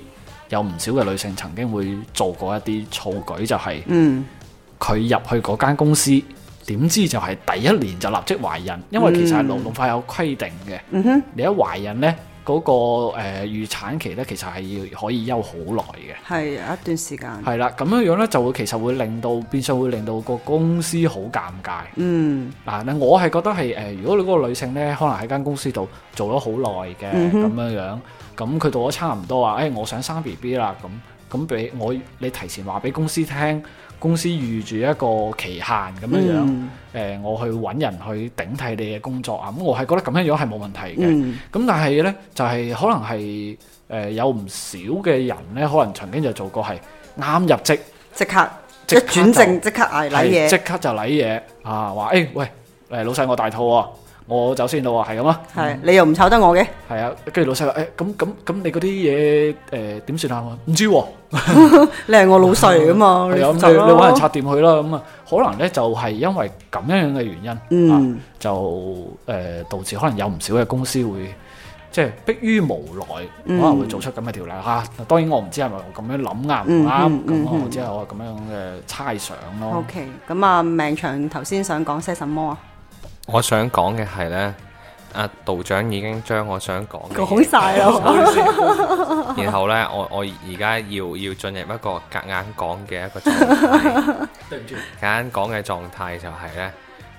S4: 啲有唔少嘅女性曾經會做過一啲措舉，就係、
S2: 嗯
S4: 佢入去嗰間公司，點知就係第一年就立即懷孕，因
S2: 嗯
S4: 為其實係勞動法有規定嘅。你一懷孕呢，嗰、個誒、呃、預產期呢，其實係要可以休好耐嘅。
S2: 係有一段時間。
S4: 係啦，咁樣樣呢，就會其實會令到變相會令到個公司好尷尬。
S2: 嗯
S4: 嗱，咧我係覺得係誒、呃如果你嗰個女性咧，可能喺間公司度做咗好耐嘅
S2: 嗯
S4: 咁
S2: 哼
S4: 樣樣，咁佢到咗差唔多話，誒、我想生 B B 啦，咁咁俾我你提前話俾公司聽，公司預住一個期限咁樣樣，誒、
S2: 嗯
S4: 我去揾人去頂替你嘅工作啊，咁我係覺得咁樣樣係冇問題嘅。
S2: 嗯
S4: 咁但係咧，就係、可能係誒、呃有唔少嘅人咧，可能曾經就做過係啱入職。
S2: 即刻一
S4: 即刻就
S2: 轉正即刻捱禮
S4: 係即
S2: 嘢，
S4: 刻就禮嘢啊！話誒、喂誒老細我大肚喎，我走先咯喎，係咁啊，
S2: 係你又唔炒得我嘅，
S4: 係啊，跟住老細話誒咁咁咁你嗰啲嘢誒點算啊？我話唔知喎，
S2: 你係我老細嚟噶嘛，
S4: 係啊，
S2: 你
S4: 咁你
S2: 哦就
S4: 你揾人
S2: 咯。
S4: 插掂佢啦，咁啊，可能咧就係因為咁樣樣嘅原因，
S2: 嗯
S4: 啊、就誒、導致可能有唔少嘅公司會。即係迫於無奈，可
S2: 嗯
S4: 能會做出咁嘅條例嚇、啊。當然我唔知係咪我咁樣諗啱唔啱，咁、
S2: 嗯嗯嗯嗯
S4: 我只係我咁樣嘅猜想咯。
S2: O K，咁啊，命長頭先想講些什麼啊？
S3: 我想講嘅係呢，阿道長已經將我想講嘅嘢
S2: 講晒啦，
S4: 哦
S3: 然後呢，我我而家要要進入一個夾硬講嘅一個狀態，
S4: 對唔住，
S3: 夾硬講嘅狀態就係呢。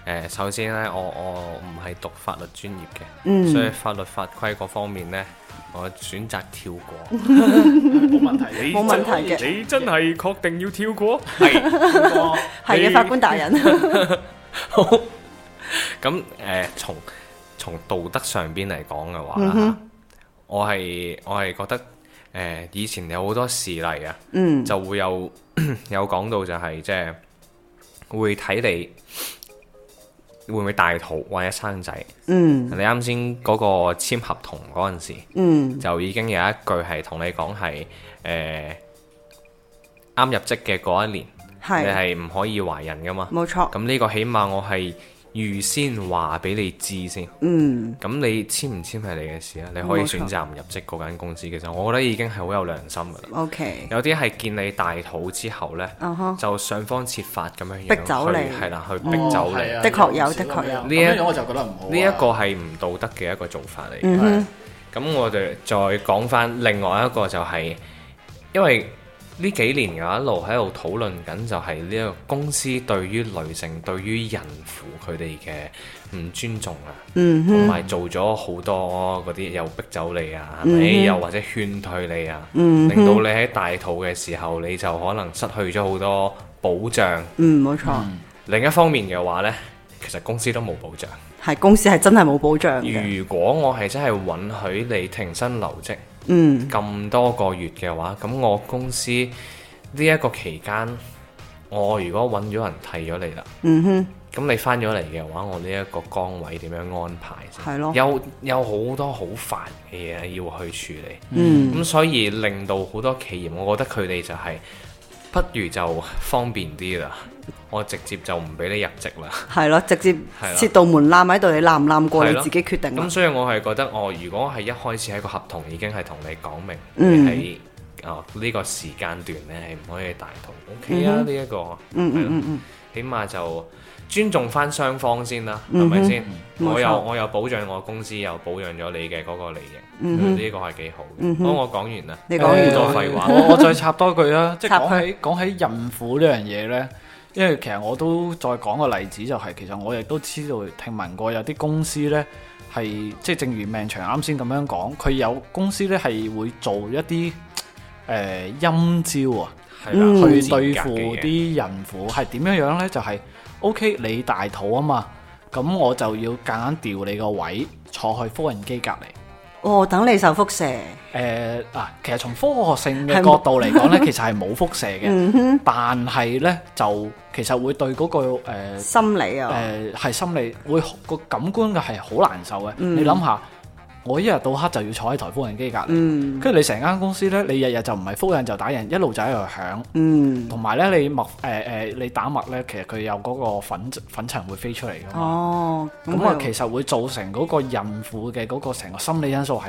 S3: 誒、首先呢，我我唔係讀法律專業嘅，
S2: 嗯
S3: 所以法律法規嗰方面呢，我選擇跳過。
S4: 冇問題。
S2: 冇問題嘅，
S3: 你真係確定要跳過？係。
S2: 係嘅，
S3: 你
S2: 法官大人。
S3: 咁誒，從從道德上邊嚟講嘅
S2: 嗯
S3: 話啦，我係我係覺得誒、呃以前有好多事例啊，
S2: 嗯
S3: 就會有 有講到就係即係會睇你會唔會大肚或者生仔。
S2: 嗯
S3: 你啱先嗰個簽合同嗰陣時，
S2: 嗯
S3: 就已經有一句係同你講係誒啱入職嘅嗰一年，你
S2: 係
S3: 係唔可以懷孕噶嘛。
S2: 冇錯。
S3: 咁呢個起碼我係預先話俾你知先。
S2: 嗯
S3: 咁你簽唔簽係你嘅事啊啦，你可以
S2: 冇錯
S3: 選擇唔入職嗰間公司。其實我覺得已經係好有良心噶啦。
S2: ，O K，
S3: 有啲係見你大肚之後呢，
S2: 啊哈，
S3: 就想方設法咁樣樣
S2: 逼走你哦啊
S3: 去係啊啦，去逼走你。
S2: 的確有的確有
S4: 呢
S3: 呢一
S4: 樣我就覺得唔好啊。
S3: 呢一個係唔道德嘅一個做法嚟嘅。
S2: 嗯哼，
S3: 咁我哋再講翻另外一個就係、因為呢幾年我一路喺度討論緊，就係呢個公司對於女性、對於孕婦佢哋嘅唔尊重啊，同埋、做咗好多嗰啲又逼走你啊，係咪？又或者勸退你啊，令到你喺大肚嘅時候你就可能失去咗好多保障。
S2: 嗯，冇錯，
S3: 另一方面嘅話呢，其實公司都冇保障。
S2: 係公司係真係冇保障嘅。
S3: 如果我係真係允許你停薪留職
S2: 嗯
S3: 咁多個月嘅話，咁我公司呢一個期間，我如果揾咗人替咗你啦，
S2: 嗯哼，
S3: 咁你翻咗嚟嘅話，我呢一個崗位點樣安排先？
S2: 係咯
S3: 有有好多好煩嘅嘢要去處理，咁、
S2: 嗯
S3: 所以令到好多企業，我覺得佢哋就係、不如就方便啲啦，我直接就唔俾你入職啦。
S2: 係咯，直接
S3: 係啦
S2: 設到門檻喺度，你攬唔攬過
S3: 係
S2: 你
S3: 咯
S2: 自己決定啦
S3: 咁。所以我係覺得，我、如果係一開始喺個合同已經係同你講明，
S2: 嗯
S3: 你喺哦呢個時間段咧係唔可以大肚，OK 啊呢一、個，
S2: 嗯
S3: 係咯
S2: 嗯嗯嗯，
S3: 起碼就尊重翻雙方先啦，係咪先？
S2: 嗯冇
S3: 我有
S2: 錯
S3: 我有保障我公司，又保障咗你嘅嗰個利益，
S2: 嗯哼
S3: 呢個係幾好嘅。好，我講完啦，
S2: 你講完
S3: 好多廢話，
S4: 我我再插多句 啦，即係
S2: 嗯插佢
S4: 講起講起孕婦呢樣嘢呢，因為其實我都再講個例子，就係、其實我亦都知道聽聞過有啲公司呢，係即係正如命長啱先咁樣講，佢有公司呢係會做一啲誒、呃、陰招啊。
S3: 係
S2: 嗯
S3: 啦，
S4: 去
S3: 賤格
S4: 對
S3: 嘅
S4: 付
S3: 嘢
S4: 啲孕婦係點樣樣呢？就係、O.K. 你大肚啊嘛，咁我就要夾硬調你個位坐去複印機隔離。
S2: 哦，等你受輻射。
S4: 誒、嗱，其實從科學性
S2: 係
S4: 嘅
S2: 冇嗯
S4: 角度嚟 講呢，其實係冇輻射嘅，但係呢，就其實會對嗰、個誒
S2: 心理啊，
S4: 誒係心理會個感官嘅係好難受嘅。
S2: 嗯
S4: 你諗下，我一日到黑就要坐喺台複印機隔離，
S2: 嗯
S4: 跟住你成間公司呢，你日日就唔係複印就打印，一路就喺度響。
S2: 嗯，
S4: 同埋咧，你墨誒誒，你打墨咧，其實佢有嗰個粉粉塵會飛出嚟噶嘛。
S2: 哦，
S4: 咁啊、
S2: 佢
S4: 其實會造成嗰個孕婦嘅嗰個成個心理因素係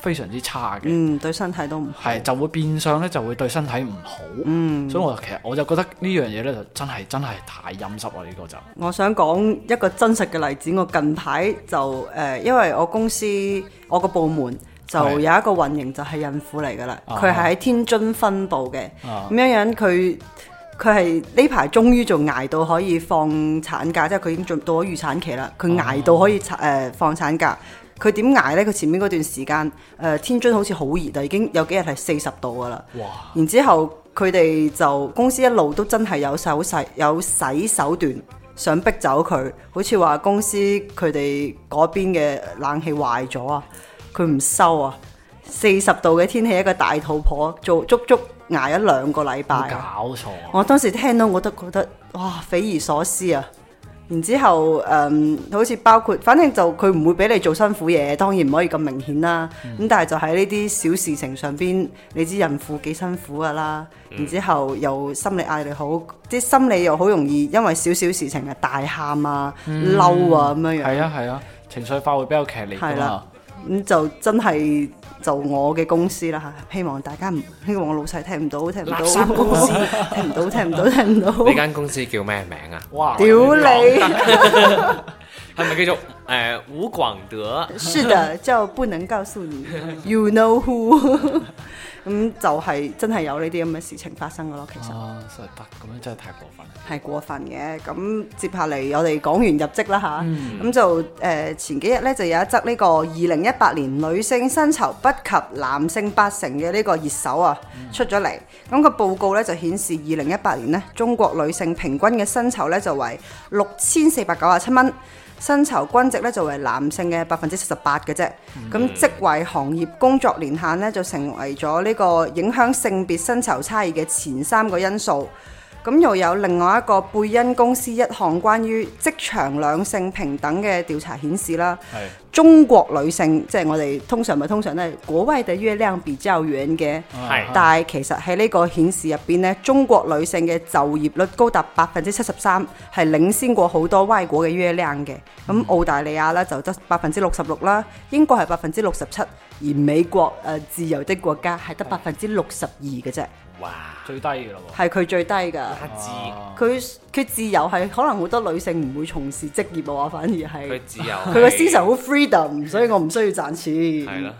S4: 非常之差嘅，
S2: 嗯對身體都唔好
S4: 係、就會變相咧就會對身體唔好。
S2: 嗯。
S4: 所以我其實我就覺得呢樣嘢咧就真係真係太陰濕啦！呢、個就
S2: 我想講一個真實嘅例子，我近排就誒、呃因為我公司我個部門就
S4: 係
S2: 有一個運營就係孕婦嚟㗎啦，
S4: 啊
S2: 佢係喺天津分部嘅，
S4: 啊
S2: 咁樣樣佢佢係呢排終於仲捱到可以放產假，即係佢已經進到咗預產期啦，
S4: 哦
S2: 佢捱到可以誒、呃放產假。佢點捱呢？佢前面嗰段時間，誒、呃天津好似好熱啊，已經有幾日係四十度㗎啦。
S4: 哇，
S2: 然之後佢哋就公司一路都真係有手勢有洗手段，想逼走佢。好似話公司佢哋嗰邊嘅冷氣壞咗啊，佢唔收啊。四十度嘅天氣，一個大肚婆做足足捱一兩個禮
S4: 冇
S2: 拜。
S4: 搞錯啊！
S2: 我當時聽到我都覺得哇匪夷所思啊！然之後誒、嗯好似包括，反正就佢唔會俾你做辛苦嘢，當然唔可以咁明顯啦。
S4: 嗯
S2: 咁、但係就喺呢啲小事情上邊，你知孕婦幾辛苦噶啦。
S4: 嗯
S2: 然之後又心理壓力好，即係心理又好容易因為少少事情啊大喊啊、嬲啊咁樣樣。
S4: 嗯係啊係啊，情緒化會比較劇烈㗎
S2: 係啦
S4: 嘛。
S2: 咁就真係就我嘅公司啦嚇，希望大家唔希望我老細聽唔到，聽唔到，
S3: 垃圾公司
S2: 聽唔到，聽唔到，聽唔到。
S3: 你間公司叫咩名啊？
S4: 哇！
S2: 屌你！
S3: 係咪叫做誒吳廣德？
S2: 是的，就不能告訴你，you know who 。 咁就係真係有呢啲咁嘅事情發生嘅咯，其實
S4: 啊，實得咁樣真係太過分啦。
S2: 係過分嘅。咁接下嚟我哋講完入職啦吓，咁、就誒、呃前幾日呢，就有一則呢個二零一八年女性薪酬不及男性八成嘅呢個熱搜啊出咗嚟。咁、個報告呢，就顯示二零一八年呢，中國女性平均嘅薪酬呢，就為六千四百九十七蚊。薪酬均值咧就為男性嘅百分之七十八嘅啫，咁職位、行業、工作年限咧就成為咗呢個影響性別薪酬差異嘅前三個因素。咁又有另外一個貝恩公司一項關於職場兩性平等嘅調查顯示啦，
S4: 係
S2: 中國女性即係我哋通常咪通常都係國外嘅月亮比較圓嘅。
S4: 啊
S3: 係
S2: 但係其實喺呢個顯示入邊呢，中國女性嘅就業率高達百分之七十三，係領先過好多外國嘅月亮嘅。咁澳大利亞啦就得百分之六十六啦，英國係百分之六十七，而美國誒、呃自由的國家係得百分之六十二嘅啫，
S3: 哇！
S4: 最低嘅咯喎。
S2: 係佢最低㗎。
S3: 阿志，
S2: 佢佢自由係可能好多女性唔會從事職業啊，反而係
S3: 佢只有
S2: 佢個思想好 freedom，所以我唔需要賺錢。呃
S3: 係啦。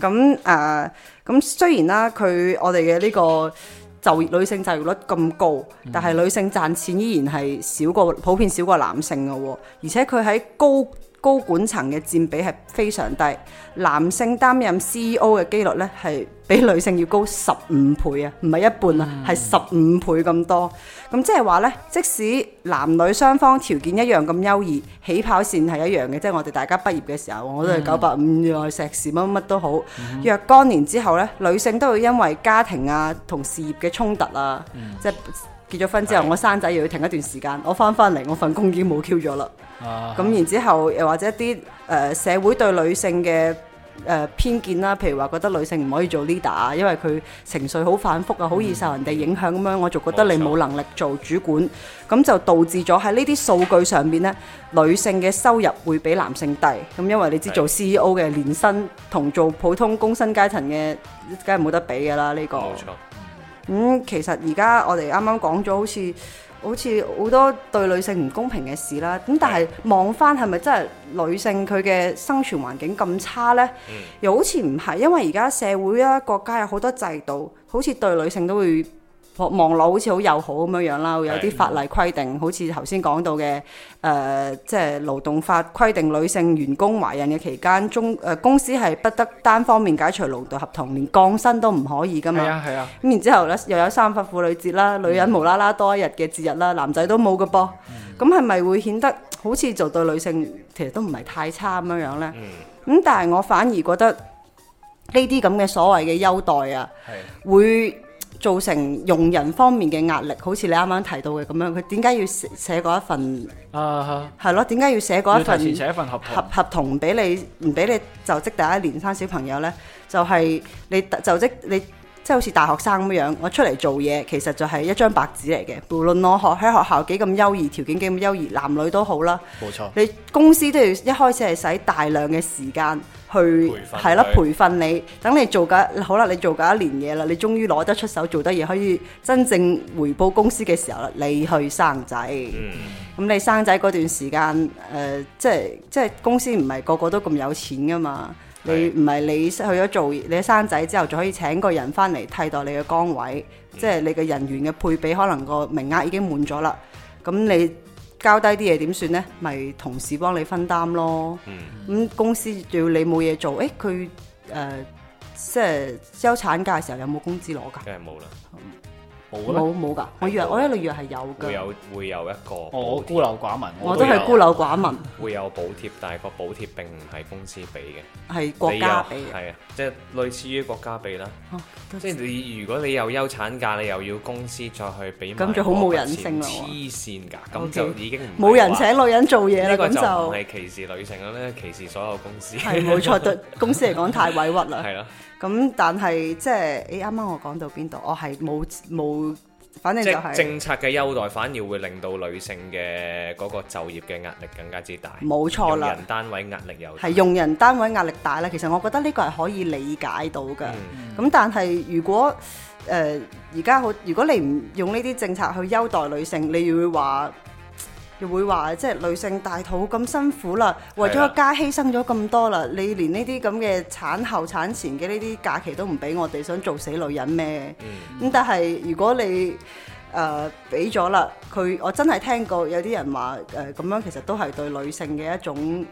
S2: 咁誒，咁、雖然啦，佢我哋嘅呢個就業女性就業率咁高，
S3: 嗯
S2: 但係女性賺錢依然係少過普遍少過男性嘅喎，而且佢喺高高管層嘅佔比係非常低，男性擔任 CEO 嘅機率呢係比女性要高十五倍啊，唔係一半
S3: 嗯
S2: 啊，係十五倍咁多。咁即係話呢，即使男女雙方條件一樣咁優異，起跑線係一樣嘅，即係我哋大家畢業嘅時候，我都係九八五啊，碩士乜乜都好。若干年之後呢，女性都會因為家庭啊同事業嘅衝突啊，即係。結咗婚之後，
S3: 係
S2: 我生仔又要停一段時間，我翻返嚟，我份工已經冇 Q 咗啦。
S4: 啊
S2: 咁然之後，又或者一啲誒、呃社會對女性嘅誒、呃偏見啦，譬如話覺得女性唔可以做 leader 啊，因為佢情緒好反覆啊，好易受人哋影響咁樣，我就覺得你
S3: 冇錯
S2: 冇能力做主管，咁就導致咗喺呢啲數據上邊呢，女性嘅收入會比男性低。咁因為你知
S3: 係
S2: 做 CEO 嘅年薪同做普通工薪階層嘅，梗係冇得比㗎啦呢個。
S3: 冇錯，
S2: 咁、其實而家我哋啱啱講咗，好似好似好多對女性唔公平嘅事啦。咁但係望翻係咪真係女性佢嘅生存環境咁差呢？又好似唔係，因為而家社會啊、國家有好多制度，好似對女性都會望落好似好友好咁樣樣啦，會有啲
S3: 係
S2: 法例規定，好似頭先講到嘅誒、呃即係勞動法規定女性員工懷孕嘅期間，中誒、呃公司係不得單方面解除勞動合同，連降薪都唔可以噶嘛
S4: 係。啊係啊，
S2: 咁然之後咧，又有三八婦女節啦，女人無啦啦多一日嘅節日啦，男仔都冇嘅噃。咁係咪會顯得好似做對女性其實都唔係太差咁樣樣呢？咁、但係我反而覺得呢啲咁嘅所謂嘅優待啊，
S4: 係
S2: 會造成用人方面嘅壓力，好似你啱啱提到嘅咁樣，佢點解要寫寫嗰一份
S4: 啊，
S2: 係咯？點解要寫嗰
S4: 要
S2: 一
S4: 提
S2: 份
S4: 前？寫一份合同
S2: 合。合同唔俾你唔俾你就職第一年生小朋友呢，就係、你就職你即係好似大學生咁樣，我出嚟做嘢其實就係一張白紙嚟嘅。無論我學喺學校幾咁優異，條件幾咁優異，男女都好啦，
S4: 冇錯，
S2: 你公司都要一開始係使大量嘅時間去
S3: 培訓
S2: 係啦
S3: 佢
S2: 培訓你，等你做緊好啦，你做緊一年嘢啦，你終於攞得出手做得嘢，可以真正回報公司嘅時候啦，你去生仔。
S3: 嗯，
S2: 咁你生仔嗰段時間，誒、即係即係公司唔係個個都咁有錢噶嘛，你
S3: 係
S2: 唔係你去咗做你生仔之後，就可以請個人翻嚟替代你嘅崗位，即係你嘅人員嘅配比可能個名額已經滿咗啦，咁你交低啲嘢點算呢？咪同事幫你分擔咯。
S3: 嗯
S2: 咁、公司要你冇嘢做，誒佢誒即係休產假嘅時候有冇工資攞㗎？
S3: 梗係冇啦，
S4: 冇啦，
S2: 冇冇㗎，我以為我一路以為係有
S3: 會
S2: 㗎，
S3: 有會有一個
S4: 我
S2: 哦
S4: 我
S3: 補
S4: 孤
S3: 貼，
S4: 陋寡聞，
S2: 我
S4: 都
S2: 都
S4: 有
S2: 係孤陋寡聞，
S3: 會有補貼，但係個補貼並唔係公司俾嘅，
S2: 係國家俾
S3: 你
S2: 嘅
S3: 又。係啊，即係類似於國家俾啦。
S2: 哦都
S3: 即係你如果你有休產假，你又要公司再去俾埋
S2: 咁就好冇人性啦
S3: 嗰筆錢黐線㗎，咁就
S2: OK
S3: 已經唔係
S2: 冇人
S3: 話
S2: 請女人做嘢啦，
S3: 呢
S2: 咁
S3: 個就唔
S2: 就
S3: 係歧視女性啦，呢歧視所有公司。
S2: 係冇錯， 對公司嚟講太委屈啦。
S3: 係啦，
S2: 咁但係即係誒啱啱我講到邊度，我係冇冇，反正
S3: 即
S2: 就
S3: 係
S2: 係
S3: 政策嘅優待，反而會令到女性嘅嗰個就業嘅壓力更加之大。
S2: 冇錯啦
S3: 用人單位壓力又大
S2: 係啊用人單位壓力大啦。其實我覺得呢個係可以理解到嘅。
S3: 嗯
S2: 咁但係如果誒而家好，如果你唔用呢啲政策去優待女性，你又會話又會話即係女性大肚咁辛苦啦，
S4: 啊
S2: 為咗
S3: 係啦
S2: 個家犧牲咗咁多啦，你連呢啲咁嘅產後產前嘅呢啲假期都唔俾我哋，想做死女人咩？
S3: 嗯
S2: 咁、但係如果你誒俾咗啦，佢我真係聽過有啲人話誒咁樣其實都係對女性嘅一種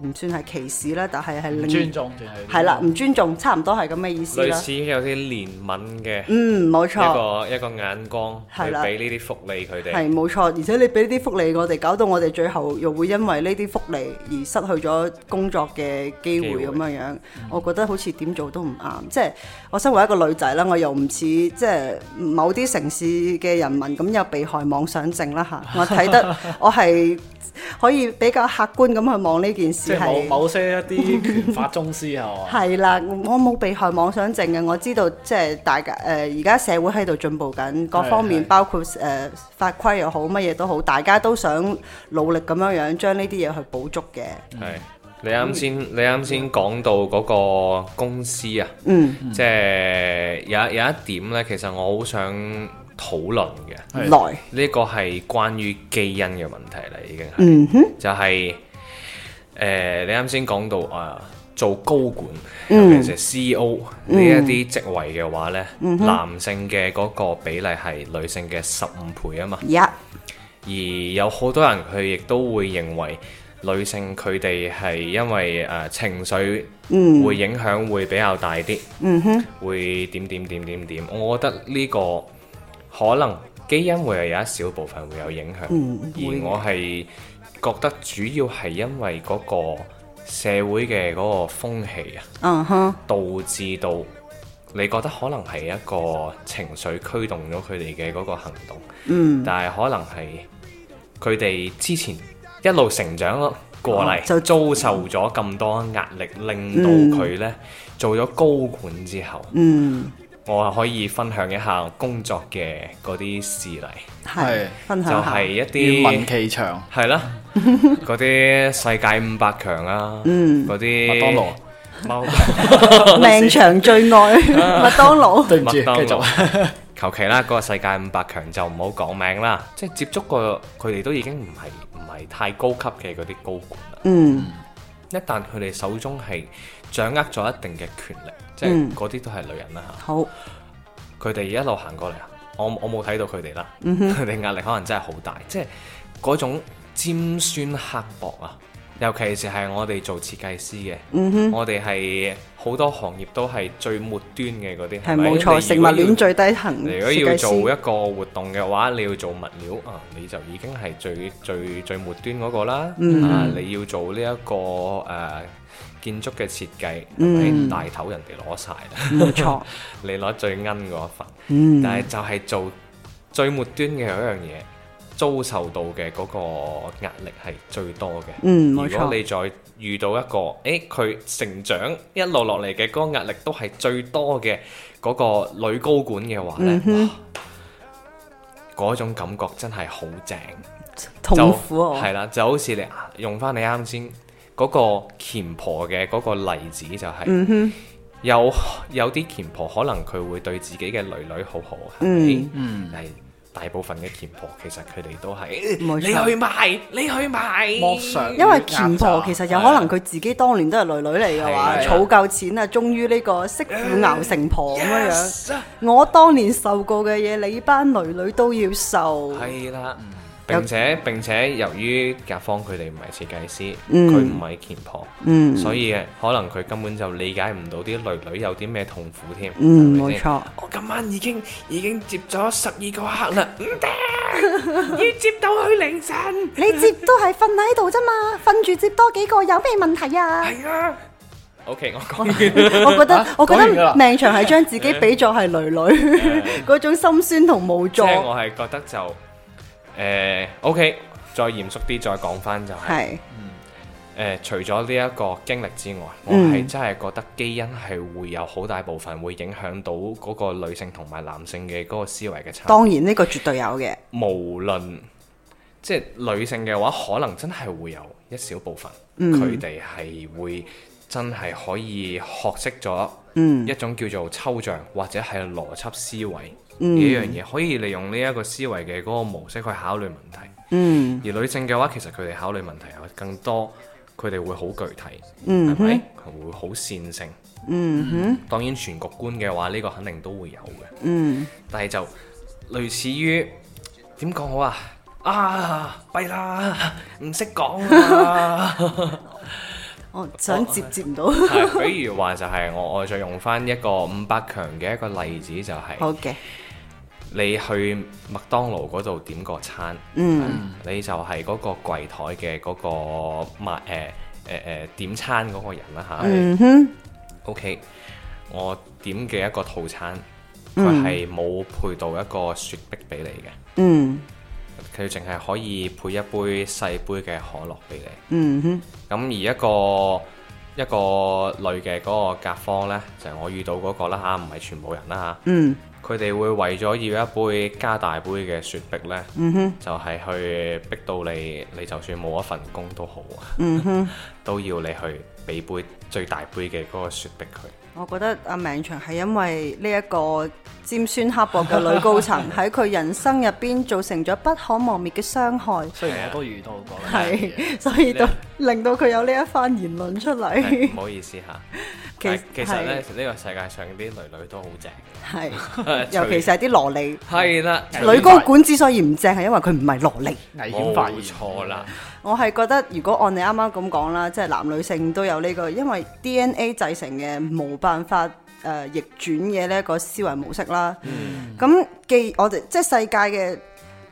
S2: 唔算係歧視啦，但係係
S4: 唔
S2: 令
S4: 尊重定係
S2: 係啦，唔尊重，差唔多係咁嘅意思
S3: 類
S2: 啦。
S3: 似有啲憐憫嘅
S2: 嗯，冇錯，
S3: 一個一個眼光去
S2: 係啦
S3: 俾呢啲福利佢哋。
S2: 係冇錯。而且你俾呢啲福利我哋，搞到我哋最後又會因為呢啲福利而失去咗工作嘅機會
S3: 機會嗯
S2: 咁樣樣。我覺得好似點做都唔啱。即係我身為一個女仔啦，我又唔似即係某啲城市嘅人民咁有被害妄想症啦吓， 我睇得我係可以比較客觀咁去望呢件
S4: 即
S2: 事
S4: 係某
S2: 係。
S4: 某些一啲拳法宗師 係嘛？
S2: 係啦，我冇被害妄想症嘅，我知道即係大家誒，呃而、家社會喺度進步緊，各方面
S4: 係
S2: 包括誒、呃法規又好，乜嘢都好，大家都想努力咁樣樣將呢啲嘢去補足嘅。
S3: 係你啱先，你啱先講到嗰個公司啊，
S2: 嗯，
S3: 即係有有一點呢，其實我好想討論嘅，
S4: 係
S2: 來，
S3: 呢個係關於基因嘅問題啦，已經係。呃
S2: 嗯哼，
S3: 就係、誒、你啱先講到啊，做高管，尤其是 CEO 呢一啲職位嘅話呢，男性嘅嗰個比例係女性嘅十五倍啊嘛。
S2: 一
S3: 而有好多人佢亦都會認為女性佢哋係因為誒、呃情緒會影響會比較大啲，嗯哼，會點點點點點。我覺得呢個可能基因會係有一小部分會有影響，而我係覺得主要係因為嗰個社會嘅嗰個風氣啊。
S2: 嗯哼，
S3: 導致到你覺得可能係一個情緒驅動咗佢哋嘅嗰個行動，嗯，但係可能係佢哋之前一路成長咯過嚟，
S2: 哦就
S3: 遭受咗咁多壓力，令到佢呢做咗高管之後，
S2: 嗯，
S3: 我可以分享一下工作嘅嗰啲事例，
S2: 係
S4: 係
S2: 分
S3: 就
S2: 享下
S3: 係，一啲
S4: 願聞其詳。
S3: 係啦， 嗰啲世界五百強啊，
S2: 嗯
S3: 嗰啲
S4: 麥當勞
S3: 勞。
S2: 命長最 愛 麥當勞，
S4: 對唔住，繼
S3: 麥當勞
S4: 續。
S3: 求其啦，嗰、個世界五百強就唔好講名啦，即係接觸過佢哋都已經唔係唔係太高級嘅嗰啲高管啦。
S2: 嗯
S3: 一旦佢哋手中係掌握咗一定嘅權力，即
S2: 嗯
S3: 係嗰啲都係女人啦嚇，
S2: 好，
S3: 佢哋一路行過嚟啊，我我冇睇到佢哋啦，
S2: 嗯
S3: 佢哋、壓力可能真係好大，即係嗰種尖酸刻薄啊！尤其是係我哋做設計師嘅，
S2: 嗯
S3: 我哋係好多行業都係最末端嘅嗰啲，
S2: 係
S3: 咪
S2: 冇錯，
S3: 你
S2: 食
S3: 如
S2: 物
S3: 果要
S2: 鏈最低層
S3: 你如
S2: 設
S3: 果要
S2: 計
S3: 做
S2: 師，
S3: 一個活動嘅話，你要做物料啊，你就已經係最最最末端嗰個啦。
S2: 嗯
S3: 啊，你要做呢、一個誒、呃建築嘅設計，係咪、大頭人哋攞晒啦？
S2: 嗯冇 錯，
S3: 你攞最奀嗰一份，
S2: 嗯
S3: 但係就係做最末端嘅嗰樣嘢，遭受到嘅嗰個壓力係最多嘅。
S2: 嗯冇
S3: 如果
S2: 錯
S3: 你再遇到一個，誒佢成長一路落嚟嘅嗰個壓力都係最多嘅嗰個女高管嘅話
S2: 嗯
S3: 呢，哇嗰種感覺真係好正，
S2: 痛苦啊我
S3: 就係啦，就好似你啊用翻你啱先嗰個鉗婆嘅嗰個例子就係、
S2: 嗯
S3: 有有啲鉗婆可能佢會對自己嘅女女好好，係咪？嗯，但係大部分嘅鉗婆其實佢哋都係
S2: 冇錯
S3: 你去賣，你去賣，
S4: 剝削
S2: 因為鉗婆其實有可能佢自己當年都係女女嚟嘅話，
S3: 係
S2: 儲夠錢啊，終於呢個媳婦熬成婆咁樣樣。
S3: Yes！
S2: 我當年受過嘅嘢，你班女女都要受。
S3: 係啦，
S2: 有
S3: 並且並且由於甲方佢哋唔係設計師，
S2: 嗯
S3: 佢唔係鉗婆，
S2: 嗯
S3: 所以可能佢根本就理解唔到啲女女有啲咩痛苦添。
S2: 嗯，
S3: 係咪
S2: 冇
S3: 先。
S2: 錯。
S3: 我今晚已經已經接咗十二個客啦，唔 得，要接到去凌晨。
S2: 你接都係瞓喺度啫嘛，瞓住接多幾個有咩問題啊？
S3: 係啊，OK，我講
S2: 我覺得
S4: 啊
S2: 我覺
S4: 講完㗎
S2: 得
S4: 啦
S2: 命長係將自己比作係女女嗰種心酸同無
S3: 即
S2: 助，
S3: 係我係覺得就誒 OK，再嚴肅啲再講翻就係。
S2: 係
S3: 誒、呃除咗呢一個經歷之外，我
S2: 嗯
S3: 係真係覺得基因係會有好大部分會影響到嗰個女性同埋男性嘅嗰個思維嘅差異。
S2: 當然呢個絕對有嘅。
S3: 無論即係女性嘅話，可能真係會有一小部分，
S2: 嗯
S3: 佢哋係會真係可以學識咗
S2: 嗯
S3: 一種叫做抽象或者係邏輯思維呢
S2: 嗯
S3: 樣嘢，可以利用呢一個思維嘅嗰個模式去考慮問題。
S2: 嗯
S3: 而女性嘅話，其實佢哋考慮問題有更多，佢哋會好具體，
S2: 嗯
S3: 係咪？佢會好線性。嗯哼。當然全局觀嘅話，呢、個肯定都會有嘅。
S2: 嗯，
S3: 但係就類似於點講好啊？啊，弊啦，唔識講啊啦。
S2: 我想接接唔到。
S3: 係比如話就係我，我再用翻一個五百強嘅一個例子，就係、
S2: 好嘅，
S3: 你去麥當勞嗰度點個餐，
S2: 嗯
S3: 你就係嗰個櫃台嘅嗰個麥誒誒誒點餐嗰個人啦嚇。
S2: 嗯哼，
S3: OK，我點嘅一個套餐，佢係冇配到一個雪碧俾你
S2: 嗯
S3: 嘅，佢淨係可以配一杯細杯嘅可樂俾你。
S2: 嗯哼。
S3: 咁而一個一個女嘅嗰個甲方呢，就係我遇到嗰個啦嚇，唔係全部人啦嚇。
S2: 嗯
S3: 佢哋會為咗要一杯加大杯嘅雪碧呢，
S2: 嗯
S3: 就係
S2: 嗯
S3: 去逼到你，你就算冇一份工都好啊，都要你去俾杯最大杯嘅嗰個雪碧佢。
S2: 我覺得阿命長係因為呢一個尖酸刻薄嘅女高層喺佢人生入邊造成咗不可磨滅嘅傷害，
S4: 雖然我都遇到過，
S2: 係所以都
S3: 呢
S2: 令到佢有呢一番言論出
S3: 係
S2: 嚟
S3: 哎唔。好意思嚇，
S2: 哎其
S3: 但其實咧呢個世界上啲女女都好正，
S2: 係，
S3: 除
S2: 尤其是係啲蘿莉。
S3: 係啦，
S2: 女高管之所以唔正，係因為佢唔係蘿莉。
S4: 危險發言
S3: 冇錯啦，。
S2: 我係覺得，如果按你啱啱咁講啦，即係男女性都有呢、個，因為 DNA 製成嘅冇辦法誒、呃逆轉嘅呢個思維模式啦。
S4: 嗯
S2: 咁、既我哋即係世界嘅